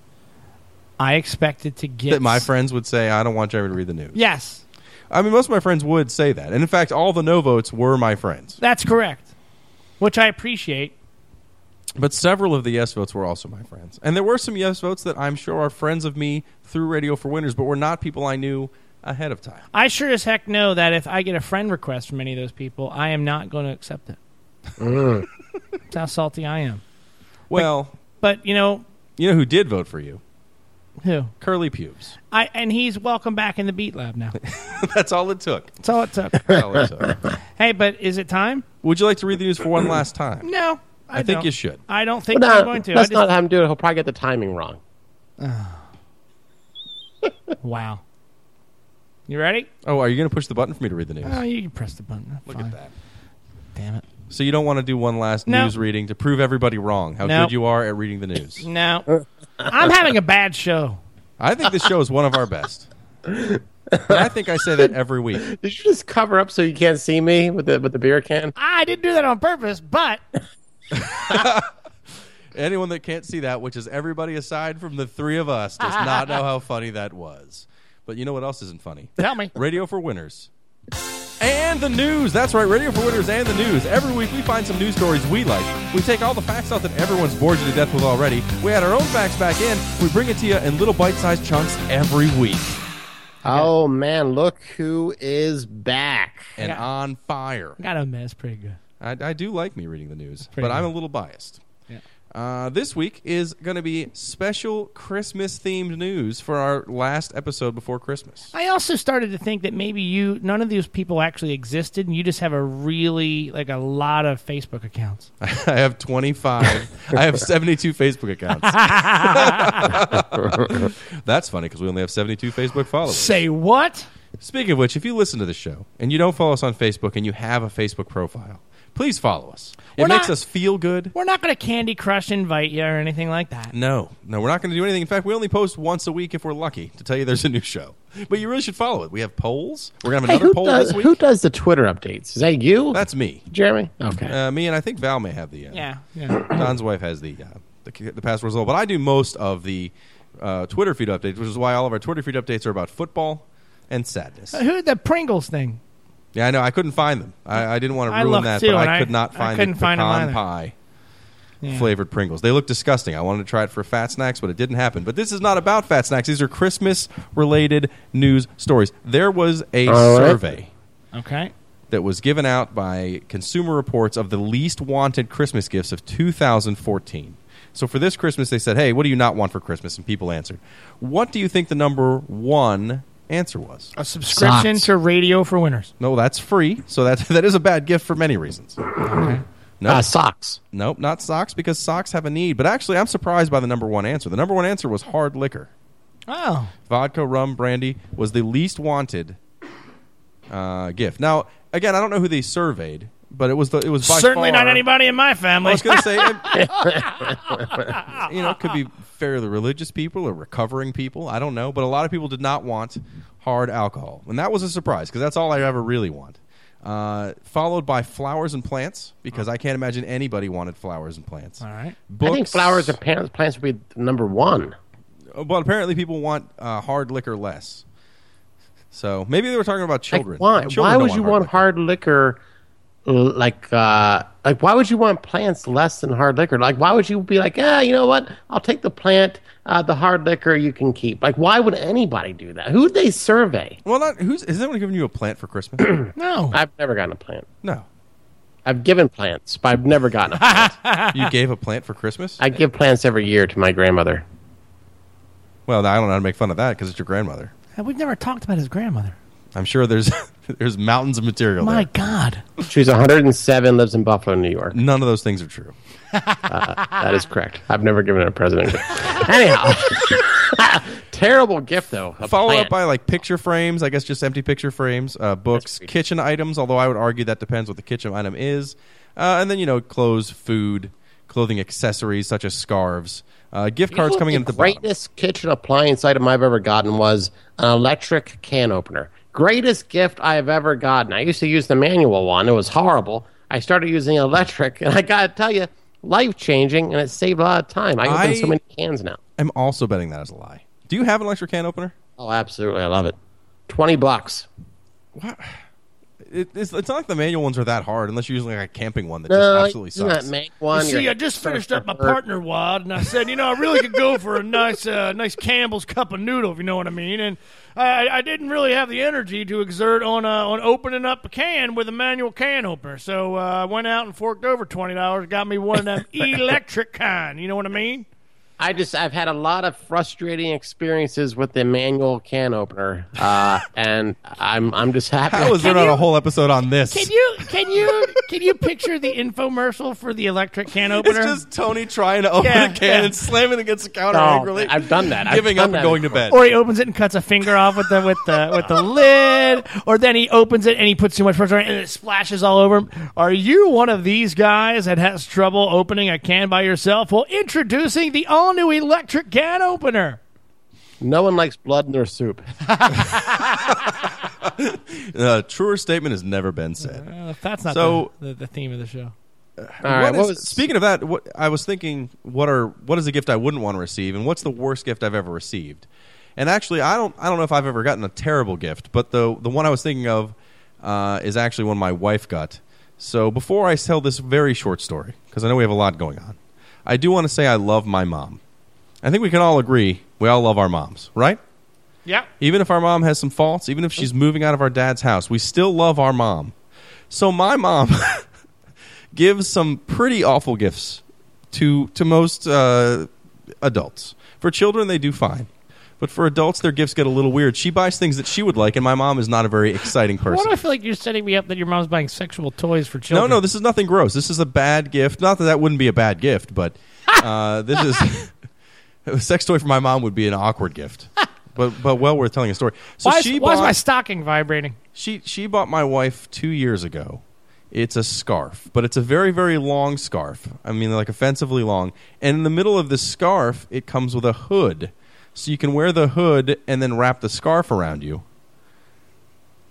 [SPEAKER 4] I expected to get
[SPEAKER 2] That my friends would say, "I don't want Jeremy to read the news."
[SPEAKER 4] Yes,
[SPEAKER 2] I mean, most of my friends would say that, and in fact, all the no votes were my friends.
[SPEAKER 4] that's correct. Which I appreciate.
[SPEAKER 2] But several of the yes votes were also my friends, and there were some yes votes that I'm sure are friends of me through Radio for Winners, but were not people I knew ahead of time.
[SPEAKER 4] I sure as heck know that if I get a friend request from any of those people, I am not going to accept it.
[SPEAKER 3] Mm.
[SPEAKER 4] that's how salty I am.
[SPEAKER 2] Well,
[SPEAKER 4] But you know
[SPEAKER 2] you know who did vote for you?
[SPEAKER 4] who?
[SPEAKER 2] Curly pubes.
[SPEAKER 4] I and he's welcome back in the Beat Lab now.
[SPEAKER 2] That's all it took.
[SPEAKER 4] That's all it took.
[SPEAKER 2] That's all it took.
[SPEAKER 4] hey, but is it time?
[SPEAKER 2] Would you like to read the news for one last time?
[SPEAKER 4] No, I,
[SPEAKER 2] I think
[SPEAKER 4] don't.
[SPEAKER 2] you should.
[SPEAKER 4] I don't think
[SPEAKER 3] But no,
[SPEAKER 4] I'm going to. I
[SPEAKER 3] That's
[SPEAKER 4] just,
[SPEAKER 3] not how I'm doing. it. He'll probably get the timing wrong.
[SPEAKER 4] Wow. You ready?
[SPEAKER 2] Oh, are you going to push the button for me to read the news?
[SPEAKER 4] Oh, you can press the button.
[SPEAKER 2] Look
[SPEAKER 4] Fine.
[SPEAKER 2] at that.
[SPEAKER 4] Damn it.
[SPEAKER 2] So you don't want to do one last
[SPEAKER 4] No.
[SPEAKER 2] news reading to prove everybody wrong how
[SPEAKER 4] No. Mm.
[SPEAKER 2] good you are at reading the news.
[SPEAKER 4] No. I'm having a bad show.
[SPEAKER 2] I think this show is one of our best. But I think I say that every week.
[SPEAKER 3] Did you just cover up so you can't see me with the with the beer can?
[SPEAKER 4] I didn't do that on purpose, but
[SPEAKER 2] Anyone that can't see that, which is everybody aside from the three of us, does not know how funny that was. But you know what else isn't funny?
[SPEAKER 4] tell me.
[SPEAKER 2] Radio for Winners. And the news. That's right, Radio for Winners and the news. Every week we find some news stories we like. We take all the facts out that everyone's bored you to death with already. We add our own facts back in. We bring it to you in little bite-sized chunks every week.
[SPEAKER 3] Oh man, look who is back.
[SPEAKER 2] And on fire.
[SPEAKER 4] Got a mess pretty good.
[SPEAKER 2] I, I do like me reading the news,
[SPEAKER 4] pretty
[SPEAKER 2] but I'm a
[SPEAKER 4] good.
[SPEAKER 2] little biased. Uh, this week is going to be special Christmas themed news for our last episode before Christmas.
[SPEAKER 4] I also started to think that maybe you none of these people actually existed and you just have a really like a lot of Facebook accounts.
[SPEAKER 2] I have 25. I have 72 Facebook accounts. That's funny because we only have 72 Facebook followers.
[SPEAKER 4] Say what?
[SPEAKER 2] Speaking of which, if you listen to the show and you don't follow us on Facebook and you have a Facebook profile, please follow us. It
[SPEAKER 4] We're
[SPEAKER 2] makes
[SPEAKER 4] not-
[SPEAKER 2] us feel good.
[SPEAKER 4] We're not going to Candy Crush invite you or anything like that.
[SPEAKER 2] No, no, we're not going to do anything. In fact, we only post once a week if we're lucky to tell you there's a new show. But you really should follow it. We have polls. We're going to have
[SPEAKER 3] Hey,
[SPEAKER 2] another
[SPEAKER 3] who,
[SPEAKER 2] poll
[SPEAKER 3] does,
[SPEAKER 2] this week.
[SPEAKER 3] who does the Twitter updates? Is that you?
[SPEAKER 2] That's me.
[SPEAKER 3] Jeremy. Okay.
[SPEAKER 2] Uh, me and I think Val may have the. Uh,
[SPEAKER 4] Yeah. Yeah.
[SPEAKER 2] Don's wife has the, uh, the the password as well, but I do most of the uh, Twitter feed updates, which is why all of our Twitter feed updates are about football and sadness.
[SPEAKER 4] Who the Pringles thing?
[SPEAKER 2] Yeah, I know. I couldn't find them. I, I didn't want to
[SPEAKER 4] I
[SPEAKER 2] ruin
[SPEAKER 4] looked
[SPEAKER 2] that,
[SPEAKER 4] too,
[SPEAKER 2] but
[SPEAKER 4] and
[SPEAKER 2] I
[SPEAKER 4] I-
[SPEAKER 2] could not
[SPEAKER 4] I
[SPEAKER 2] find
[SPEAKER 4] couldn't
[SPEAKER 2] the
[SPEAKER 4] find 'em
[SPEAKER 2] pecan
[SPEAKER 4] either.
[SPEAKER 2] pie
[SPEAKER 4] Yeah.
[SPEAKER 2] flavored Pringles. They look disgusting. I wanted to try it for fat snacks, but it didn't happen. But this is not about fat snacks. These are Christmas related news stories. There was a
[SPEAKER 3] All right.
[SPEAKER 2] survey
[SPEAKER 4] Okay.
[SPEAKER 2] that was given out by Consumer Reports of the least wanted Christmas gifts of 2014. So for this Christmas, they said, "Hey, what do you not want for Christmas?" And people answered. What do you think the number one answer was?
[SPEAKER 4] A subscription
[SPEAKER 3] Socks.
[SPEAKER 4] to Radio for Winners.
[SPEAKER 2] No, that's free. So that that is a bad gift for many reasons. No,
[SPEAKER 3] Uh, socks.
[SPEAKER 2] nope, not socks because socks have a need. But actually, I'm surprised by the number one answer. The number one answer was hard liquor.
[SPEAKER 4] Oh.
[SPEAKER 2] vodka, rum, brandy was the least wanted uh, gift. Now, again, I don't know who they surveyed, but it was the, it was by
[SPEAKER 4] Certainly
[SPEAKER 2] far-
[SPEAKER 4] not anybody in my family.
[SPEAKER 2] I was going to say, it- you know, it could be fairly religious people or recovering people. I don't know, but a lot of people did not want hard alcohol, and that was a surprise because that's all I ever really want. Uh, followed by flowers and plants because I can't imagine anybody wanted flowers and plants.
[SPEAKER 4] All right.
[SPEAKER 2] Books,
[SPEAKER 3] I think flowers and plants, plants would be number one.
[SPEAKER 2] Well, apparently people want uh, hard liquor less. So maybe they were talking about
[SPEAKER 3] Like,
[SPEAKER 2] children.
[SPEAKER 3] why?
[SPEAKER 2] Children
[SPEAKER 3] why
[SPEAKER 2] don't
[SPEAKER 3] would you want
[SPEAKER 2] liquor.
[SPEAKER 3] hard liquor? l- Like, uh, like, why would you want plants less than hard liquor? Like, why would you be like, ah, you know what? I'll take the plant. Uh, the hard liquor you can keep. Like, why would anybody do that? Who would they survey?
[SPEAKER 2] Well, not who's is anyone giving you a plant for Christmas?
[SPEAKER 4] No.
[SPEAKER 3] I've never gotten a plant.
[SPEAKER 2] no,
[SPEAKER 3] I've given plants, but I've never gotten a plant.
[SPEAKER 2] you gave a plant for Christmas.
[SPEAKER 3] I give plants every year to my grandmother.
[SPEAKER 2] well, I don't know how to make fun of that because it's your grandmother.
[SPEAKER 4] We've never talked about his grandmother.
[SPEAKER 2] I'm sure there's there's mountains of material.
[SPEAKER 4] My
[SPEAKER 2] there.
[SPEAKER 4] God.
[SPEAKER 3] She's 107, lives in Buffalo, New York.
[SPEAKER 2] None of those things are true.
[SPEAKER 3] That is correct. I've never given her a president. Anyhow, terrible gift though. a
[SPEAKER 2] Followed
[SPEAKER 3] plant.
[SPEAKER 2] up by like picture frames, I guess just empty picture frames, uh, books,
[SPEAKER 3] creepy.
[SPEAKER 2] kitchen items. Although I would argue that depends what the kitchen item is, uh, and then you know clothes, food, clothing accessories such as scarves, uh, gift
[SPEAKER 3] You know
[SPEAKER 2] cards
[SPEAKER 3] what
[SPEAKER 2] coming in at
[SPEAKER 3] the
[SPEAKER 2] the bottom.
[SPEAKER 3] greatest kitchen appliance item I've ever gotten was an electric can opener. Greatest gift I've ever gotten. I used to use the manual one. It was horrible. I started using electric, and I gotta tell you, life changing, and it saved a lot of time. I open
[SPEAKER 2] I-
[SPEAKER 3] so many cans now.
[SPEAKER 2] I'm also betting that is a lie. Do you have an electric can opener?
[SPEAKER 3] Oh, absolutely, I love it. Twenty bucks.
[SPEAKER 2] It, it's, it's not like the manual ones are that hard unless you're using like a camping one that
[SPEAKER 3] No,
[SPEAKER 2] just
[SPEAKER 3] Uh, you
[SPEAKER 2] absolutely
[SPEAKER 3] cannot
[SPEAKER 2] sucks.
[SPEAKER 3] make one.
[SPEAKER 4] See,
[SPEAKER 3] You're-
[SPEAKER 4] I just finished up my partner wad, and I said, you know, I really could go for a nice, uh, nice Campbell's cup of noodle, if you know what I mean. And I, I didn't really have the energy to exert on uh, on opening up a can with a manual can opener, so uh, I went out and forked over twenty dollars, got me one of them electric kind. You know what I mean?
[SPEAKER 3] I just I've had a lot of frustrating experiences with the manual can opener, uh, and I'm I'm just happy.
[SPEAKER 2] How is there not a whole episode on this?
[SPEAKER 4] you can you can you picture the infomercial for the electric can
[SPEAKER 2] it's just Tony trying to open
[SPEAKER 4] Yeah,
[SPEAKER 2] a can
[SPEAKER 4] yeah. Oh,
[SPEAKER 2] and slamming it against the counter
[SPEAKER 3] No,
[SPEAKER 2] angrily.
[SPEAKER 3] I've done that. I've
[SPEAKER 2] Giving
[SPEAKER 3] done
[SPEAKER 2] up and
[SPEAKER 3] that
[SPEAKER 2] going to
[SPEAKER 3] before.
[SPEAKER 2] bed.
[SPEAKER 4] Or he opens it and cuts a finger off with the with the with the lid. Or then he opens it and he puts too much pressure on it and it splashes all over him. Are you one of these guys that has trouble opening a can by yourself? Well, introducing the all new electric can opener.
[SPEAKER 3] No one likes blood in their soup.
[SPEAKER 2] A Uh, truer statement has never been said.
[SPEAKER 4] Uh, that's not
[SPEAKER 2] So-
[SPEAKER 4] the, the, the theme of the show.
[SPEAKER 3] All right.
[SPEAKER 2] What
[SPEAKER 3] What
[SPEAKER 2] is-
[SPEAKER 3] was,
[SPEAKER 2] speaking of that, what, I was thinking, what are what is a gift I wouldn't want to receive, and what's the worst gift I've ever received? And actually, I don't I don't know if I've ever gotten a terrible gift, but the the one I was thinking of uh, is actually one my wife got. So before I tell this very short story, because I know we have a lot going on, I do want to say I love my mom. I think we can all agree we all love our moms, right?
[SPEAKER 4] Yeah.
[SPEAKER 2] Even if our mom has some faults, even if she's moving out of our dad's house, we still love our mom. So my mom gives some pretty awful gifts to to most uh, adults. For children, they do fine, but for adults, their gifts get a little weird. She buys things that she would like, and my mom is not a very exciting
[SPEAKER 4] Why do
[SPEAKER 2] person.
[SPEAKER 4] I feel like you're setting me up that your mom's buying sexual toys for
[SPEAKER 2] No,
[SPEAKER 4] children?
[SPEAKER 2] no, this is nothing gross. This is a bad gift. Not that that wouldn't be a bad gift, but uh, this is a sex toy for my mom would be an awkward gift, but but well worth telling a story. So
[SPEAKER 4] why, is,
[SPEAKER 2] she
[SPEAKER 4] why is
[SPEAKER 2] bought-
[SPEAKER 4] my stocking vibrating?
[SPEAKER 2] She she bought my wife two years ago. It's a scarf, but it's a very very long scarf. I mean, like offensively long. And in the middle of the scarf, it comes with a hood, so you can wear the hood and then wrap the scarf around you.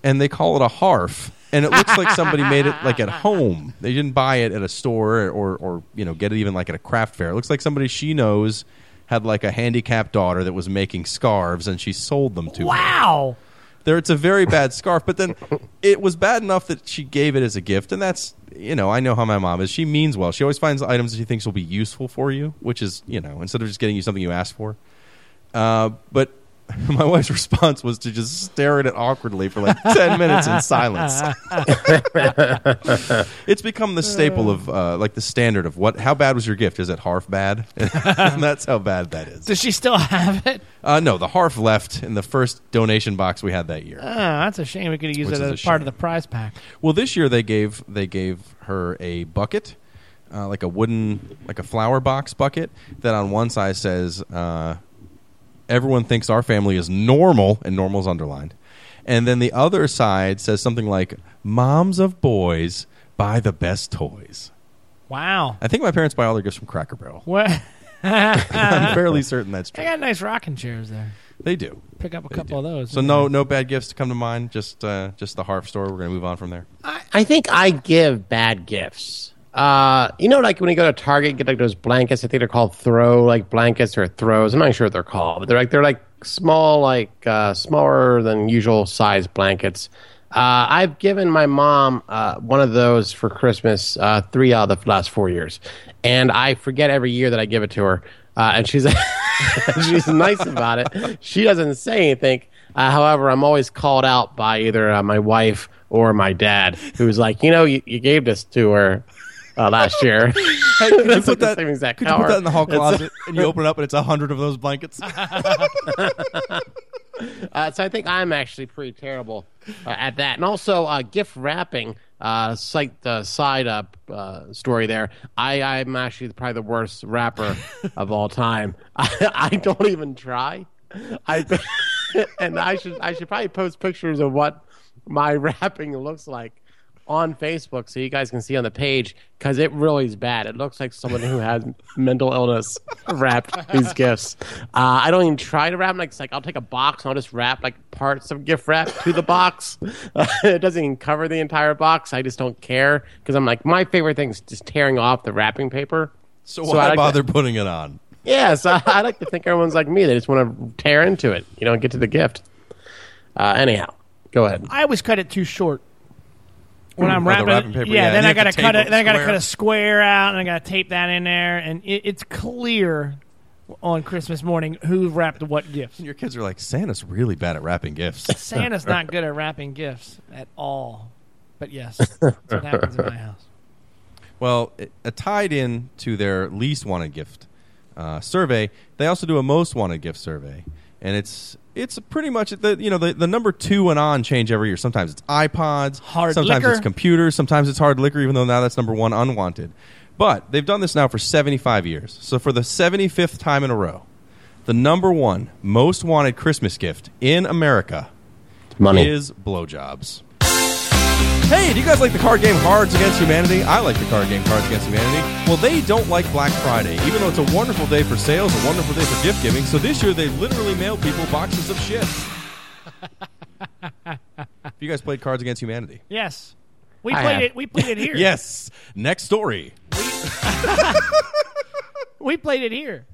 [SPEAKER 2] And they call it a harf, and it looks like somebody made it like at home. They didn't buy it at a store or or you know get it even like at a craft fair. It looks like somebody she knows had like a handicapped daughter that was making scarves, and she sold them to her
[SPEAKER 4] Wow.
[SPEAKER 2] there it's a very bad scarf but then it was bad enough that she gave it as a gift and that's you know i know how my mom is she means well she always finds items that she thinks will be useful for you which is you know instead of just getting you something you asked for uh, but my wife's response was to just stare at it awkwardly for like 10 minutes in silence it's become the staple of uh, like the standard of what how bad was your gift is it half bad that's how bad that is
[SPEAKER 4] Does she still have it?
[SPEAKER 2] uh, no the harf left in the first donation box we had that year
[SPEAKER 4] Oh, that's a shame. We could have used
[SPEAKER 2] Which
[SPEAKER 4] it
[SPEAKER 2] is
[SPEAKER 4] as
[SPEAKER 2] a
[SPEAKER 4] part of
[SPEAKER 2] shame.
[SPEAKER 4] the prize pack.
[SPEAKER 2] Well, this year they gave they gave her a bucket, uh, like a wooden, like a flower box bucket that on one side says, uh, "Everyone thinks our family is normal," and normal's underlined, and then the other side says something like, "Moms of boys buy the best toys."
[SPEAKER 4] Wow.
[SPEAKER 2] I think my parents buy all their gifts from Cracker Barrel.
[SPEAKER 4] What?
[SPEAKER 2] I'm fairly certain that's
[SPEAKER 4] They
[SPEAKER 2] true.
[SPEAKER 4] got nice rocking chairs there.
[SPEAKER 2] They do.
[SPEAKER 4] Pick up a
[SPEAKER 2] They
[SPEAKER 4] couple of
[SPEAKER 2] do.
[SPEAKER 4] those.
[SPEAKER 2] So no, no bad gifts to come to mind. Just, uh, just the harp store. We're gonna move on from there.
[SPEAKER 3] I, I think I give bad gifts. Uh, you know, like when you go to Target, get like those blankets. I think they're called throw, like blankets or throws. I'm not sure what they're called, but they're like they're like small, like uh, smaller than usual size blankets. Uh, I've given my mom uh, one of those for Christmas uh, three out of the last four years, and I forget every year that I give it to her. Uh, and she's she's nice about it. She doesn't say anything. Uh, however, I'm always called out by either uh, my wife or my dad, who's like, you know, you, you gave this to her uh, last year.
[SPEAKER 2] could you
[SPEAKER 3] That's
[SPEAKER 2] put
[SPEAKER 3] like the
[SPEAKER 2] that,
[SPEAKER 3] same exact
[SPEAKER 2] could you put
[SPEAKER 3] hour.
[SPEAKER 2] that in the hall
[SPEAKER 3] It's-
[SPEAKER 2] closet and you open it up and it's a hundred of those blankets?
[SPEAKER 3] Uh, so I think I'm actually pretty terrible uh, at that. And also, uh, gift wrapping, uh, site, uh, side up uh, story there. I, I'm actually probably the worst rapper of all time. I, I don't even try. I and I should I should probably post pictures of what my rapping looks like on Facebook so you guys can see on the page because it really is bad. It looks like someone who has mental illness wrapped these gifts. Uh, I don't even try to wrap 'em. like it's like I'll take a box and I'll just wrap like parts of gift wrap to the box. it doesn't even cover the entire box. I just don't care because I'm like my favorite thing is just tearing off the wrapping paper.
[SPEAKER 2] So
[SPEAKER 3] I
[SPEAKER 2] why
[SPEAKER 3] like to-
[SPEAKER 2] bother putting it on?
[SPEAKER 3] yeah, so I, I like to think everyone's like me. They just want to tear into it, you know, and get to the gift. Uh, anyhow, go ahead.
[SPEAKER 4] I always cut it too short. When I'm
[SPEAKER 2] Oh, the
[SPEAKER 4] wrapping,
[SPEAKER 2] wrapping paper,
[SPEAKER 4] yeah,
[SPEAKER 2] yeah,
[SPEAKER 4] Then
[SPEAKER 2] you
[SPEAKER 4] I
[SPEAKER 2] have to
[SPEAKER 4] gotta
[SPEAKER 2] tape
[SPEAKER 4] cut
[SPEAKER 2] a
[SPEAKER 4] it. Then I gotta
[SPEAKER 2] square.
[SPEAKER 4] cut a square out, and I gotta tape that in there, and it, it's clear on Christmas morning who wrapped what gifts.
[SPEAKER 2] Your kids are like, Santa's really bad at wrapping gifts.
[SPEAKER 4] Santa's not good at wrapping gifts at all. But yes, that's what happens in my house.
[SPEAKER 2] well, it, uh, tied in to their least wanted gift uh, survey, they also do a most wanted gift survey, and it's it's pretty much the you know the, the number two and on change every year. Sometimes it's iPods,
[SPEAKER 4] Hard
[SPEAKER 2] sometimes
[SPEAKER 4] liquor.
[SPEAKER 2] it's computers, sometimes it's hard liquor. Even though now that's number one unwanted, but they've done this now for seventy five years. So for the seventy fifth time in a row, the number one most wanted Christmas gift in America
[SPEAKER 3] Money.
[SPEAKER 2] is blowjobs. Hey, do you guys like the card game Cards Against Humanity? I like the card game Cards Against Humanity. Well, they don't like Black Friday, even though it's a wonderful day for sales, a wonderful day for gift giving. So this year, they literally mail people boxes of shit. Have you guys played Cards Against Humanity?
[SPEAKER 4] Yes. We
[SPEAKER 3] I
[SPEAKER 4] played
[SPEAKER 3] have.
[SPEAKER 4] it. We played it here.
[SPEAKER 2] Yes. Next story.
[SPEAKER 4] We played it here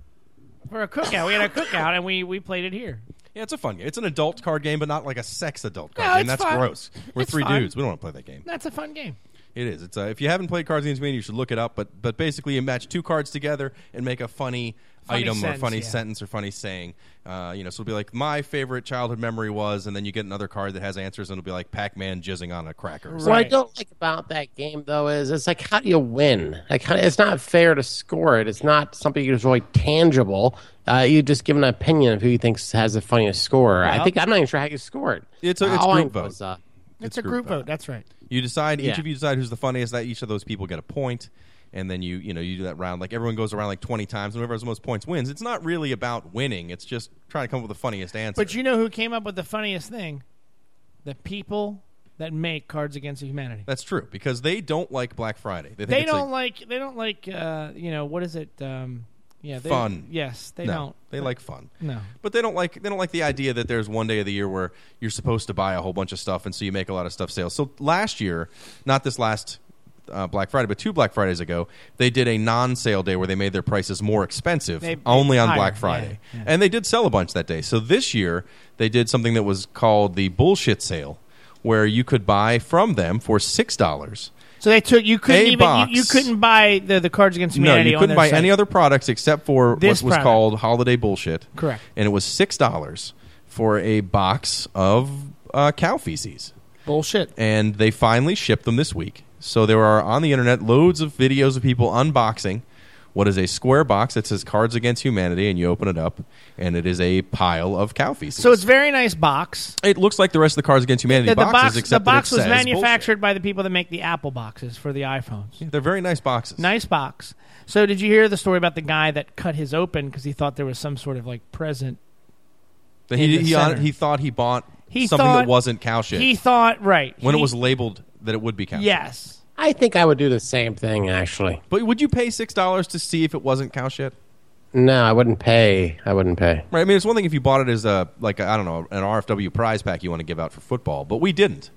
[SPEAKER 4] for a cookout. We had a cookout and we, we played it here.
[SPEAKER 2] Yeah, it's a fun game. It's an adult card game, but not like a sex adult card
[SPEAKER 4] No,
[SPEAKER 2] game.
[SPEAKER 4] it's
[SPEAKER 2] That's
[SPEAKER 4] fun.
[SPEAKER 2] gross. We're
[SPEAKER 4] It's
[SPEAKER 2] three
[SPEAKER 4] fun.
[SPEAKER 2] dudes. We don't want to play that game.
[SPEAKER 4] That's a fun game.
[SPEAKER 2] It is. It's uh, if you haven't played Cards Against Humanity, you should look it up. But but basically, you match two cards together and make a funny,
[SPEAKER 4] Funny
[SPEAKER 2] item
[SPEAKER 4] sentence,
[SPEAKER 2] or funny
[SPEAKER 4] yeah.
[SPEAKER 2] sentence or funny saying. Uh, you know, so it'll be like my favorite childhood memory was, and then you get another card that has answers, and it'll be like Pac-Man jizzing on a cracker. or something.
[SPEAKER 3] What I
[SPEAKER 4] Right.
[SPEAKER 3] don't like about that game, though, is it's like how do you win? Like how, it's not fair to score it. It's not something that's really tangible. Uh, you just give an opinion of who you think has the funniest score. I think I'm not even sure how you score it.
[SPEAKER 2] It's a- it's
[SPEAKER 3] All I
[SPEAKER 2] group
[SPEAKER 3] know
[SPEAKER 2] vote.
[SPEAKER 3] is, uh,
[SPEAKER 4] It's, a group vote. That's right.
[SPEAKER 2] You decide each
[SPEAKER 3] Yeah.
[SPEAKER 2] of you decide who's the funniest. That each of those people get a point, and then you you know you do that round. Like everyone goes around like twenty times, and whoever has the most points wins. It's not really about winning. It's just trying to come up with the funniest answer.
[SPEAKER 4] But you know who came up with the funniest thing? The people that make Cards Against Humanity.
[SPEAKER 2] That's true because they don't like Black Friday. They, think
[SPEAKER 4] They
[SPEAKER 2] it's a-
[SPEAKER 4] don't like, they don't like uh, you know what is it? Um, yeah, they,
[SPEAKER 2] Fun.
[SPEAKER 4] Yes, they
[SPEAKER 2] no,
[SPEAKER 4] don't.
[SPEAKER 2] They like fun.
[SPEAKER 4] No.
[SPEAKER 2] But they don't like they don't like the idea that there's one day of the year where you're supposed to buy a whole bunch of stuff and so you make a lot of stuff sales. So last year, not this last uh, Black Friday, but two Black Fridays ago, they did a non-sale day where they made their prices more expensive
[SPEAKER 4] They-
[SPEAKER 2] only on
[SPEAKER 4] higher,
[SPEAKER 2] Black
[SPEAKER 4] yeah,
[SPEAKER 2] Friday.
[SPEAKER 4] yeah.
[SPEAKER 2] And they did sell a bunch that day. So this year, they did something that was called the bullshit sale where you could buy from them for $6
[SPEAKER 4] So they took you couldn't
[SPEAKER 2] A
[SPEAKER 4] even
[SPEAKER 2] box.
[SPEAKER 4] you, you couldn't buy the, the Cards Against
[SPEAKER 2] No,
[SPEAKER 4] Humanity.
[SPEAKER 2] you couldn't
[SPEAKER 4] on their
[SPEAKER 2] buy
[SPEAKER 4] site.
[SPEAKER 2] any other products except for
[SPEAKER 4] This
[SPEAKER 2] what was
[SPEAKER 4] product.
[SPEAKER 2] called holiday bullshit.
[SPEAKER 4] Correct.
[SPEAKER 2] And it was six dollars for a box of uh, cow feces,
[SPEAKER 4] bullshit.
[SPEAKER 2] and they finally shipped them this week. So there are on the internet loads of videos of people unboxing what is a square box that says Cards Against Humanity, and you open it up, and it is a pile of cow feces.
[SPEAKER 4] So it's very nice box.
[SPEAKER 2] it looks like the rest of the Cards Against Humanity
[SPEAKER 4] The, the
[SPEAKER 2] boxes,
[SPEAKER 4] box the
[SPEAKER 2] except that it
[SPEAKER 4] box was
[SPEAKER 2] says bullshit.
[SPEAKER 4] manufactured by the people that make the Apple boxes for the iPhones.
[SPEAKER 2] They're very nice boxes.
[SPEAKER 4] Nice box. So did you hear the story about the guy that cut his open because he thought there was some sort of like present?
[SPEAKER 2] He,
[SPEAKER 4] the
[SPEAKER 2] he, uh,
[SPEAKER 4] center.
[SPEAKER 2] he thought he bought
[SPEAKER 4] He
[SPEAKER 2] something
[SPEAKER 4] thought-
[SPEAKER 2] that wasn't cow shit.
[SPEAKER 4] He thought right
[SPEAKER 2] when it
[SPEAKER 4] He-
[SPEAKER 2] was labeled that it would be cow shit.
[SPEAKER 4] yes.
[SPEAKER 3] I think I would do the same thing actually.
[SPEAKER 2] But would you pay six dollars to see if it wasn't cow shit?
[SPEAKER 3] No, I wouldn't pay. I wouldn't pay.
[SPEAKER 2] Right. I mean, it's one thing if you bought it as a like I don't know an RFW prize pack you want to give out for football, but we didn't.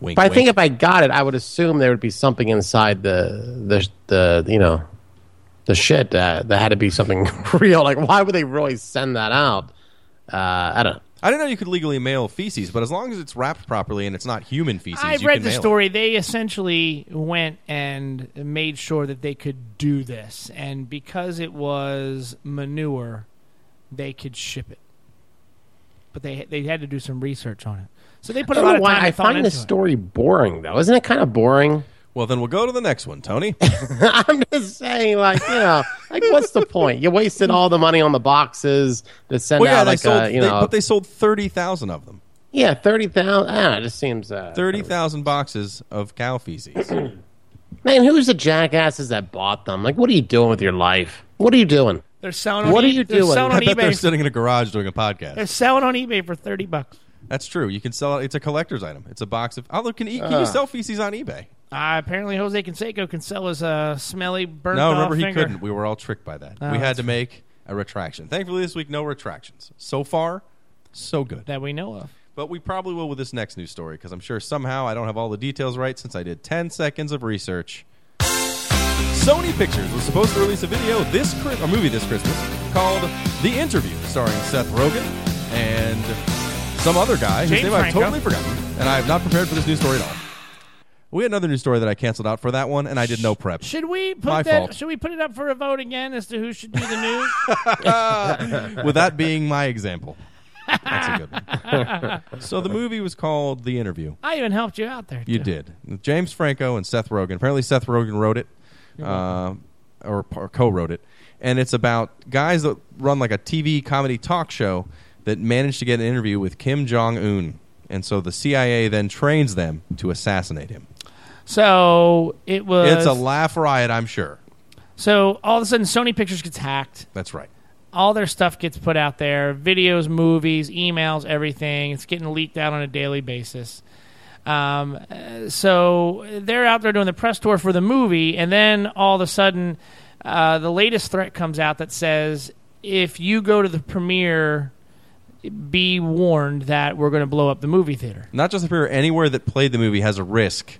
[SPEAKER 2] Wink,
[SPEAKER 3] But I
[SPEAKER 2] wink.
[SPEAKER 3] think if I got it, I would assume there would be something inside the the the you know the shit uh, that had to be something real. Like why would they really send that out? Uh, I don't. know.
[SPEAKER 2] I didn't know you could legally mail feces, but as long as it's wrapped properly and it's not human feces,
[SPEAKER 4] I
[SPEAKER 2] you
[SPEAKER 4] read
[SPEAKER 2] can
[SPEAKER 4] the
[SPEAKER 2] mail it.
[SPEAKER 4] story. They essentially went and made sure that they could do this, and because it was manure, they could ship it. But they they had to do some research on it, so they put
[SPEAKER 3] I
[SPEAKER 4] a
[SPEAKER 3] don't
[SPEAKER 4] lot
[SPEAKER 3] know
[SPEAKER 4] of
[SPEAKER 3] why
[SPEAKER 4] time.
[SPEAKER 3] I
[SPEAKER 4] and thought
[SPEAKER 3] find
[SPEAKER 4] into
[SPEAKER 3] this story boring though. Isn't it kind of boring?
[SPEAKER 2] Well, then we'll go to the next one, Tony.
[SPEAKER 3] I'm just saying, like, you know, like what's the point? You wasted all the money on the boxes to send
[SPEAKER 2] well, yeah,
[SPEAKER 3] out,
[SPEAKER 2] they
[SPEAKER 3] like,
[SPEAKER 2] sold,
[SPEAKER 3] a, you
[SPEAKER 2] they-
[SPEAKER 3] know,
[SPEAKER 2] but they sold thirty thousand of them.
[SPEAKER 3] yeah, thirty thousand. I don't know. It just seems uh,
[SPEAKER 2] Thirty thousand boxes of cow feces.
[SPEAKER 3] Man, who's the jackasses that bought them? Like, what are you doing with your life? What are you doing?
[SPEAKER 4] it. They're selling. On
[SPEAKER 3] What are
[SPEAKER 4] e-
[SPEAKER 3] you
[SPEAKER 4] they're
[SPEAKER 3] doing?
[SPEAKER 4] Selling
[SPEAKER 2] I
[SPEAKER 4] on
[SPEAKER 2] bet they're
[SPEAKER 4] eBay.
[SPEAKER 2] sitting in a garage doing a podcast.
[SPEAKER 4] They're selling on eBay for thirty bucks.
[SPEAKER 2] That's true. You can sell it. It's a collector's item. It's a box of. Although, can, e, can
[SPEAKER 3] Uh.
[SPEAKER 2] you sell feces on eBay?
[SPEAKER 4] Uh, apparently, Jose Canseco can sell his uh, smelly burnt.
[SPEAKER 2] No,
[SPEAKER 4] off
[SPEAKER 2] remember he
[SPEAKER 4] finger. Oh,
[SPEAKER 2] couldn't. We were all tricked by that. we had
[SPEAKER 4] that's
[SPEAKER 2] to make a retraction. Thankfully, this week no retractions. So far, so good.
[SPEAKER 4] that we know of.
[SPEAKER 2] But we probably will with this next news story because I'm sure somehow I don't have all the details right since I did 10 seconds of research. Sony Pictures was supposed to release a video this Chris- a movie this Christmas called The Interview, starring Seth Rogen and some other guy whose
[SPEAKER 4] James
[SPEAKER 2] name I've
[SPEAKER 4] Franco.
[SPEAKER 2] totally forgotten, and I have not prepared for this news story at all. We had another news story that I canceled out for that one, and I did no prep.
[SPEAKER 4] Should we put
[SPEAKER 2] My
[SPEAKER 4] that?
[SPEAKER 2] fault.
[SPEAKER 4] Should we put it up for a vote again as to who should do the news?
[SPEAKER 2] with that being my example. That's a good one. so the movie was called The Interview.
[SPEAKER 4] I even helped you out there.
[SPEAKER 2] You
[SPEAKER 4] too.
[SPEAKER 2] did. James Franco and Seth Rogen. Apparently, Seth Rogen wrote it, uh, or, or co-wrote it, and it's about guys that run like a TV comedy talk show that managed to get an interview with Kim Jong Un, and so the CIA then trains them to assassinate him.
[SPEAKER 4] So it was.
[SPEAKER 2] It's a laugh riot, I'm sure.
[SPEAKER 4] So all of a sudden, Sony Pictures gets hacked.
[SPEAKER 2] That's right.
[SPEAKER 4] All their stuff gets put out there videos, movies, emails, everything. It's getting leaked out on a daily basis. Um, uh, so they're out there doing the press tour for the movie, and then all of a sudden, uh, the latest threat comes out that says if you go to the premiere, be warned that we're going to blow up the movie theater.
[SPEAKER 2] Not just the premiere, anywhere that played the movie has a risk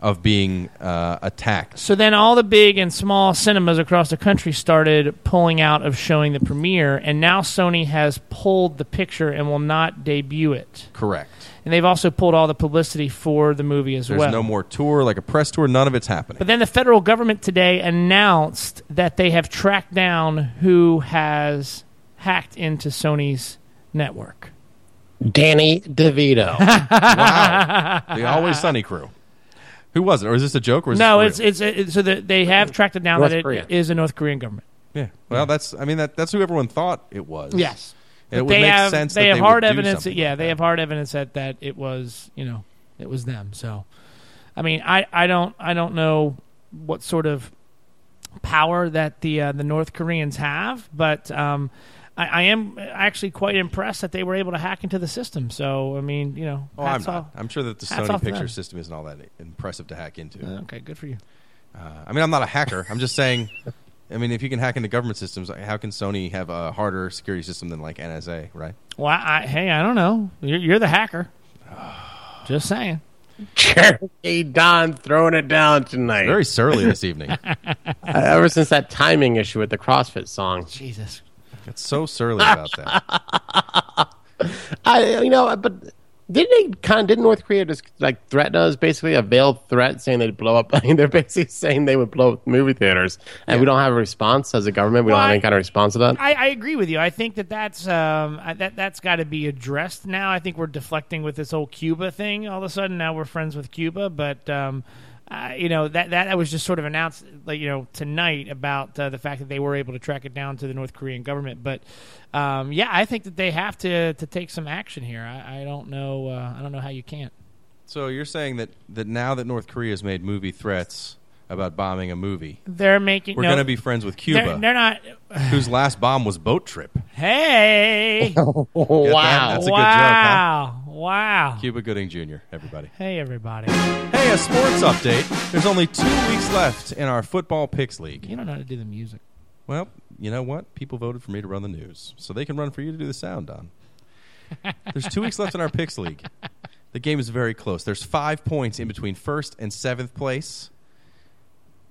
[SPEAKER 2] of being uh, attacked.
[SPEAKER 4] So then all the big and small cinemas across the country started pulling out of showing the premiere, and now Sony has pulled the picture and will not debut it.
[SPEAKER 2] Correct.
[SPEAKER 4] And they've also pulled all the publicity for the movie as
[SPEAKER 2] There's
[SPEAKER 4] well.
[SPEAKER 2] no more tour, like a press tour. None of it's happening.
[SPEAKER 4] But then the federal government today announced that they have tracked down who has hacked into Sony's network.
[SPEAKER 3] Danny DeVito.
[SPEAKER 2] wow. The Always Sunny crew. Who was it? Or is this a joke? Or is
[SPEAKER 4] No,
[SPEAKER 2] this
[SPEAKER 4] it's
[SPEAKER 2] real?
[SPEAKER 4] it's, it's so that they have tracked it down
[SPEAKER 3] North
[SPEAKER 4] that it
[SPEAKER 3] Korea.
[SPEAKER 4] is a North Korean government.
[SPEAKER 2] yeah. Well, that's. I mean, that, that's who everyone thought it was.
[SPEAKER 4] Yes.
[SPEAKER 2] And it would
[SPEAKER 4] they
[SPEAKER 2] make
[SPEAKER 4] have
[SPEAKER 2] sense.
[SPEAKER 4] they
[SPEAKER 2] that
[SPEAKER 4] have
[SPEAKER 2] would
[SPEAKER 4] hard
[SPEAKER 2] do
[SPEAKER 4] evidence that
[SPEAKER 2] something
[SPEAKER 4] yeah
[SPEAKER 2] like
[SPEAKER 4] they
[SPEAKER 2] that.
[SPEAKER 4] have hard evidence that that it was you know it was them so i mean i i don't i don't know what sort of power that the uh, the north koreans have but um I, I am actually quite impressed that they were able to hack into the system. So I mean, you know,
[SPEAKER 2] Oh, I'm
[SPEAKER 4] hats
[SPEAKER 2] not.
[SPEAKER 4] off.
[SPEAKER 2] I'm sure that the
[SPEAKER 4] hats
[SPEAKER 2] Sony
[SPEAKER 4] off to
[SPEAKER 2] picture
[SPEAKER 4] them.
[SPEAKER 2] system isn't all that impressive to hack into.
[SPEAKER 4] Okay, good for you.
[SPEAKER 2] Uh, I mean, I'm not a hacker. I'm just saying. I mean, if you can hack into government systems, like, how can Sony have a harder security system than like NSA? Right?
[SPEAKER 4] Well, I, hey, I don't know. You're, you're the hacker. Just saying.
[SPEAKER 3] Cherokee Don throwing it down tonight.
[SPEAKER 2] Very surly this evening.
[SPEAKER 3] Uh, ever since that timing issue with the CrossFit song.
[SPEAKER 4] Jesus.
[SPEAKER 2] It's so surly about that.
[SPEAKER 3] I you know, but didn't they kind of didn't North Korea just like threaten us basically a veiled threat saying they'd blow up? I mean, they're basically saying they would blow up movie theaters, and we don't have a response as a government. We
[SPEAKER 4] Well,
[SPEAKER 3] don't have
[SPEAKER 4] I-
[SPEAKER 3] any kind of response to that.
[SPEAKER 4] I, I agree with you. I think that that's um, I- that that's got to be addressed now. I think we're deflecting with this whole Cuba thing. All of a sudden, now we're friends with Cuba, but um, uh, you know that that was just sort of announced, like you know, tonight about uh, the fact that they were able to track it down to the North Korean government. But um, yeah, I think that they have to to take some action here. I, I don't know. Uh, I don't know how you can't.
[SPEAKER 2] So you're saying that that now that North Korea's made movie threats about bombing a movie,
[SPEAKER 4] They're making.
[SPEAKER 2] we're
[SPEAKER 4] no,
[SPEAKER 2] going to be friends with
[SPEAKER 4] They're,
[SPEAKER 2] Cuba,
[SPEAKER 4] they're not.
[SPEAKER 2] whose last bomb was boat trip.
[SPEAKER 4] Hey!
[SPEAKER 2] that?
[SPEAKER 3] wow.
[SPEAKER 2] That's a good joke, huh?
[SPEAKER 4] wow! Wow!
[SPEAKER 2] Cuba Gooding Jr. Everybody.
[SPEAKER 4] Hey, everybody.
[SPEAKER 2] Hey, a sports update. There's only two weeks left in our football picks league.
[SPEAKER 4] You don't know how to do the music.
[SPEAKER 2] Well, you know what? People voted for me to run the news, so they can run for you to do the sound, Don. There's two weeks left in our picks league. The game is very close. There's five points in between first and seventh place.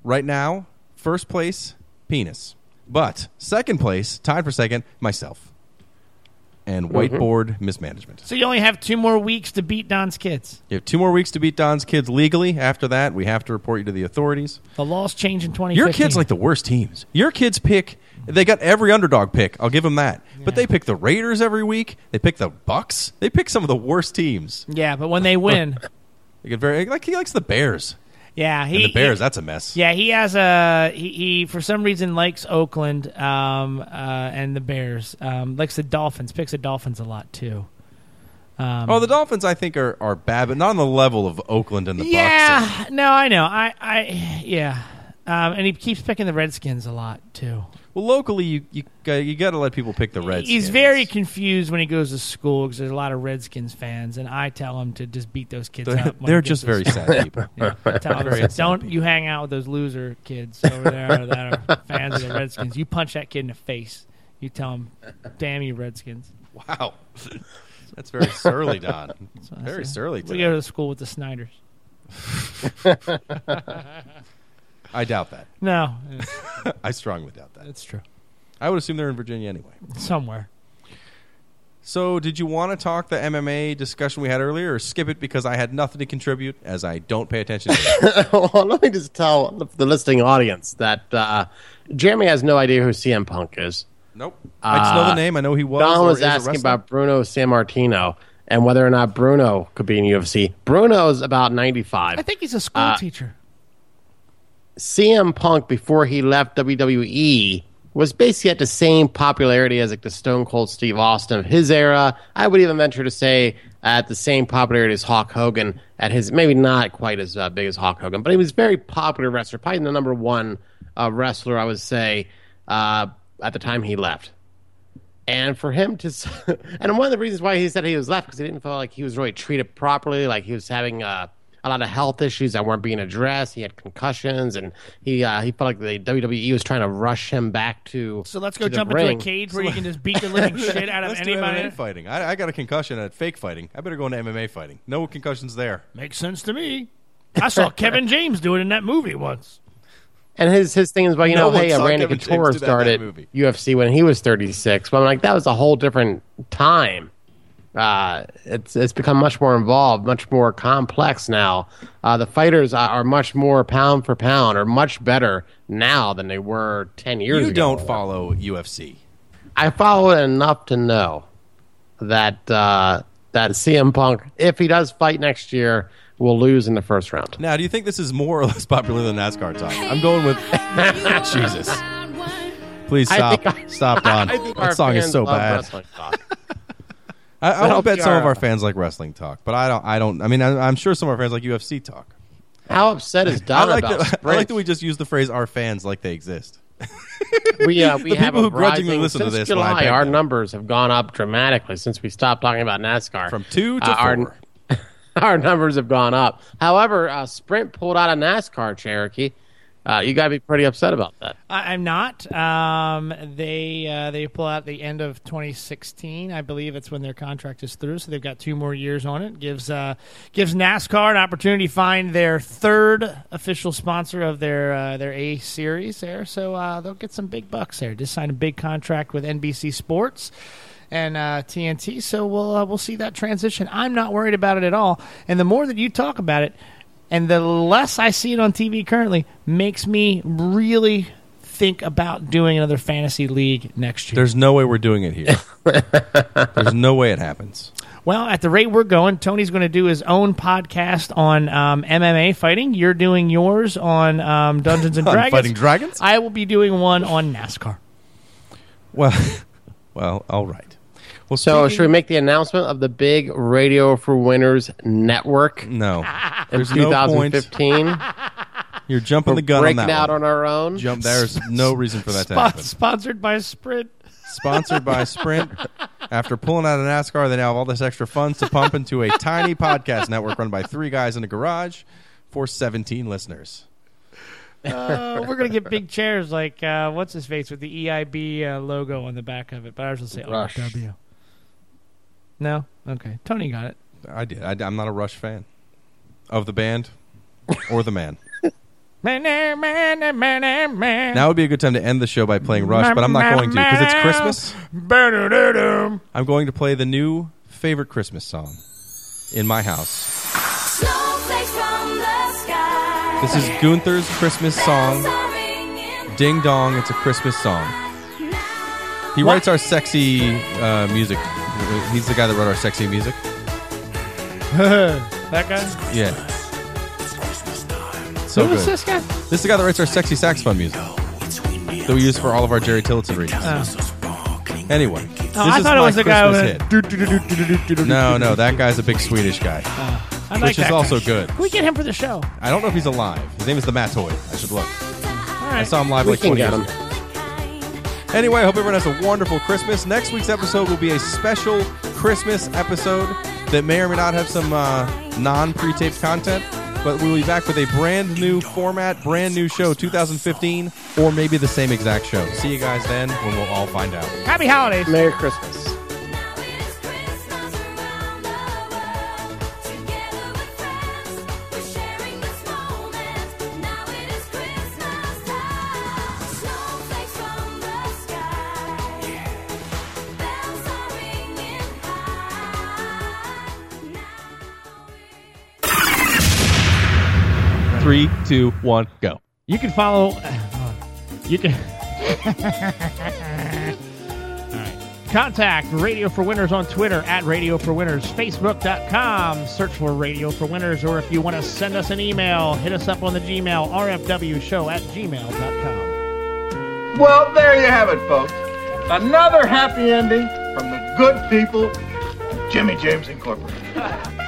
[SPEAKER 2] Right now, first place, penis. But second place, tied for second, myself. And whiteboard mismanagement.
[SPEAKER 4] So you only have two more weeks to beat Don's kids.
[SPEAKER 2] You have two more weeks to beat Don's kids legally. After that, we have to report you to the authorities.
[SPEAKER 4] The law's change in 2015.
[SPEAKER 2] Your kids like the worst teams. Your kids pick. They got every underdog pick. I'll give them that. But they pick the Raiders every week. They pick the Bucks. They pick some of the worst teams.
[SPEAKER 4] yeah, but when they win,
[SPEAKER 2] They get very like he likes the Bears.
[SPEAKER 4] yeah, he
[SPEAKER 2] And the Bears,
[SPEAKER 4] he-
[SPEAKER 2] that's a mess.
[SPEAKER 4] yeah, he has a he, he for some reason likes Oakland um, uh, and the Bears. Um, likes the Dolphins. Picks the Dolphins a lot too. Um,
[SPEAKER 2] Oh, the Dolphins I think are are bad, but not on the level of Oakland and the Bucks.
[SPEAKER 4] yeah, no, I know. I I yeah, um, and he keeps picking the Redskins a lot too.
[SPEAKER 2] Well, locally you you uh, you got to let people pick the Reds.
[SPEAKER 4] He's very confused when he goes to school because there's a lot of Redskins fans, and I tell him to just beat those kids
[SPEAKER 2] They're,
[SPEAKER 4] up. when
[SPEAKER 2] they're
[SPEAKER 4] he gets
[SPEAKER 2] just
[SPEAKER 4] to
[SPEAKER 2] very
[SPEAKER 4] school.
[SPEAKER 2] sad people.
[SPEAKER 4] Yeah, I tell him,
[SPEAKER 2] Very
[SPEAKER 4] I said,
[SPEAKER 2] upset
[SPEAKER 4] don't
[SPEAKER 2] people.
[SPEAKER 4] you hang out with those loser kids over there that are fans of the Redskins. You punch that kid in the face. You tell him, "Damn you, Redskins!"
[SPEAKER 2] Wow, that's very surly, Don.
[SPEAKER 4] I
[SPEAKER 2] very
[SPEAKER 4] said.
[SPEAKER 2] surly.
[SPEAKER 4] We
[SPEAKER 2] Today.
[SPEAKER 4] go to school with the Snyders.
[SPEAKER 2] I doubt that.
[SPEAKER 4] No,
[SPEAKER 2] I strongly doubt that.
[SPEAKER 4] that's true.
[SPEAKER 2] I would assume they're in Virginia anyway.
[SPEAKER 4] Somewhere.
[SPEAKER 2] So, did you want to talk the MMA discussion we had earlier, or skip it because I had nothing to contribute as I don't pay attention? to it?
[SPEAKER 3] well, let me just tell the listening audience that uh, Jeremy has no idea who CM Punk is.
[SPEAKER 2] Nope. I just know the name. I know he was.
[SPEAKER 3] Uh, Don
[SPEAKER 2] or
[SPEAKER 3] was
[SPEAKER 2] is a
[SPEAKER 3] asking
[SPEAKER 2] wrestler.
[SPEAKER 3] about Bruno San Martino and whether or not Bruno could be in UFC. Bruno's about
[SPEAKER 4] I
[SPEAKER 3] 95.
[SPEAKER 4] think he's a school
[SPEAKER 3] Uh,
[SPEAKER 4] teacher.
[SPEAKER 3] CM Punk, before he left WWE, was basically at the same popularity as like the Stone Cold Steve Austin of his era. I would even venture to say at the same popularity as Hawk Hogan at his maybe not quite as uh, big as Hawk Hogan, but he was a very popular wrestler, probably the number one uh, wrestler I would say uh, at the time he left. And for him to, s- and one of the reasons why he said he was left because he didn't feel like he was really treated properly. Like he was having uh, a lot of health issues that weren't being addressed. He had concussions, and he uh, he felt like the WWE was trying to rush him back to.
[SPEAKER 4] So let's go
[SPEAKER 3] to the
[SPEAKER 4] jump
[SPEAKER 3] ring.
[SPEAKER 4] into a cage where you can just beat the living shit out of
[SPEAKER 2] Let's do
[SPEAKER 4] anybody.
[SPEAKER 2] MMA fighting. I, I got a concussion at fake fighting. I better go into MMA fighting. No concussions there.
[SPEAKER 4] Makes sense to me. I saw Kevin James do it in that movie once.
[SPEAKER 3] And his his thing is, well, you
[SPEAKER 2] No
[SPEAKER 3] know,
[SPEAKER 2] one
[SPEAKER 3] hey, uh,
[SPEAKER 2] saw
[SPEAKER 3] Randy
[SPEAKER 2] Kevin James
[SPEAKER 3] Couture
[SPEAKER 2] do that in that movie.
[SPEAKER 3] started UFC when he was 36. But I'm like, that was a whole different time. Uh, it's it's become much more involved, much more complex now. Uh, the fighters are, are much more pound for pound, or much better now than they were 10 years
[SPEAKER 2] You
[SPEAKER 3] ago.
[SPEAKER 2] don't follow UFC.
[SPEAKER 3] I follow it enough to know that uh, that CM Punk, if he does fight next year, will lose in the first round.
[SPEAKER 2] Now, do you think this is more or less popular than NASCAR talk? I'm going with Jesus. Please
[SPEAKER 3] I
[SPEAKER 2] stop,
[SPEAKER 3] think I-
[SPEAKER 2] stop, Don.
[SPEAKER 3] I think our
[SPEAKER 2] That song is
[SPEAKER 3] fans
[SPEAKER 2] so
[SPEAKER 3] love
[SPEAKER 2] bad.
[SPEAKER 3] wrestling talk.
[SPEAKER 2] I, I would
[SPEAKER 3] hope
[SPEAKER 2] bet
[SPEAKER 3] you
[SPEAKER 2] some of
[SPEAKER 3] are-
[SPEAKER 2] our fans like wrestling talk, but I don't. I don't. I mean, I, I'm sure some of our fans like UFC talk.
[SPEAKER 3] How upset is
[SPEAKER 2] I
[SPEAKER 3] Don
[SPEAKER 2] like,
[SPEAKER 3] about
[SPEAKER 2] that, I like
[SPEAKER 3] sprints?
[SPEAKER 2] that we just use the phrase "our fans" like they exist.
[SPEAKER 3] we, uh, we
[SPEAKER 2] the
[SPEAKER 3] have
[SPEAKER 2] people
[SPEAKER 3] a
[SPEAKER 2] who grudgingly
[SPEAKER 3] rising-
[SPEAKER 2] listen to
[SPEAKER 3] since
[SPEAKER 2] this when I
[SPEAKER 3] July,
[SPEAKER 2] pick
[SPEAKER 3] our
[SPEAKER 2] them.
[SPEAKER 3] numbers have gone up dramatically since we stopped talking about NASCAR.
[SPEAKER 2] From two to
[SPEAKER 3] Uh, our-
[SPEAKER 2] four.
[SPEAKER 3] our numbers have gone up. However, uh, Sprint pulled out a NASCAR Cherokee. Uh, you got to be pretty upset about that.
[SPEAKER 4] I, I'm not. Um, they uh, they pull out the end of 2016, I believe. It's when their contract is through, so they've got two more years on it. gives uh, gives NASCAR an opportunity to find their third official sponsor of their uh, their A series there. So uh, they'll get some big bucks there. Just signed a big contract with NBC Sports and uh, TNT. So we'll uh, we'll see that transition. I'm not worried about it at all. And the more that you talk about it, and the less I see it on TV currently, makes me really think about doing another fantasy league next year.
[SPEAKER 2] There's no way we're doing it here. There's no way it happens.
[SPEAKER 4] well, at the rate we're going, Tony's going to do his own podcast on um, MMA fighting. You're doing yours on um, Dungeons and
[SPEAKER 2] On
[SPEAKER 4] Dragons.
[SPEAKER 2] fighting dragons?
[SPEAKER 4] I will be doing one on NASCAR.
[SPEAKER 2] Well, well, all right. Well,
[SPEAKER 3] So,
[SPEAKER 2] speaking-
[SPEAKER 3] should we make the announcement of the big Radio for Winners network in
[SPEAKER 2] no, there's no point.
[SPEAKER 3] 2015?
[SPEAKER 2] You're jumping the gun on
[SPEAKER 3] Breaking
[SPEAKER 2] that.
[SPEAKER 3] out
[SPEAKER 2] one.
[SPEAKER 3] on our own.
[SPEAKER 2] Jump. There's no reason for that to
[SPEAKER 4] Spon-
[SPEAKER 2] happen.
[SPEAKER 4] sponsored by Sprint.
[SPEAKER 2] Sponsored by Sprint. After pulling out of NASCAR, they now have all this extra funds to pump into a tiny podcast network run by three guys in a garage for 17 listeners.
[SPEAKER 4] Uh, we're gonna get big chairs like uh, what's his face with the EIB uh, logo on the back of it, but I was gonna say
[SPEAKER 3] Rush.
[SPEAKER 4] RW. No, okay. Tony got it.
[SPEAKER 2] I did. I, am not a Rush fan of the band or the man.
[SPEAKER 4] Man, eh, man, eh, man, eh, man.
[SPEAKER 2] Now would be a good time to end the show by playing Rush, but I'm not going to because it's Christmas.
[SPEAKER 4] Ba-da-da-dum.
[SPEAKER 2] I'm going to play the new favorite Christmas song in my house.
[SPEAKER 1] Snowflakes from the sky.
[SPEAKER 2] This is Gunther's Christmas song,
[SPEAKER 1] Are ringing
[SPEAKER 2] Ding Dong. It's a Christmas song.
[SPEAKER 1] now.
[SPEAKER 2] He writes our sexy uh, music. He's the guy that wrote our sexy music.
[SPEAKER 4] That guy.
[SPEAKER 2] Yeah. So
[SPEAKER 4] Who
[SPEAKER 2] good.
[SPEAKER 4] was this guy?
[SPEAKER 2] This is the guy that writes our sexy saxophone music that we use for all of our Jerry Tillotson readings. Anyway, this
[SPEAKER 4] Oh, I
[SPEAKER 2] is
[SPEAKER 4] thought
[SPEAKER 2] my
[SPEAKER 4] it was the guy
[SPEAKER 2] Christmas
[SPEAKER 4] with. Do, do, do, do, do, do, do, do.
[SPEAKER 2] hit. No, no, that guy's a big Swedish guy,
[SPEAKER 4] I like
[SPEAKER 2] which is
[SPEAKER 4] that
[SPEAKER 2] also
[SPEAKER 4] guy.
[SPEAKER 2] good.
[SPEAKER 4] Can we get him for the show?
[SPEAKER 2] I don't know if he's alive. His name is the Matoid. I should look.
[SPEAKER 4] All
[SPEAKER 2] I
[SPEAKER 4] right.
[SPEAKER 2] saw him live
[SPEAKER 3] We
[SPEAKER 2] like
[SPEAKER 3] can
[SPEAKER 2] 20
[SPEAKER 3] get
[SPEAKER 2] years ago.
[SPEAKER 3] him.
[SPEAKER 2] Anyway, I hope everyone has a wonderful Christmas. Next week's episode will be a special Christmas episode that may or may not have some uh, non pre taped content, but we'll be back with a brand new format, brand new show, 2015, or maybe the same exact show. See you guys then when we'll all find out.
[SPEAKER 4] Happy holidays.
[SPEAKER 3] Merry Christmas.
[SPEAKER 1] Now it is Christmas around the world. Together with friends, we're sharing this moment. Now it is Christmas time. Snowflakes from the sky. Bells are ringing high. Now it is.
[SPEAKER 2] Three, two, one, go.
[SPEAKER 4] You can follow. uh, You can. All right. Contact Radio for Winners on Twitter at Radio for Winners, Facebook.com. Search for Radio for Winners, or if you want to send us an email, hit us up on the Gmail, rfwshow at gmail.com.
[SPEAKER 5] Well, there you have it, folks. Another happy ending from the good people, of Jimmy James Incorporated.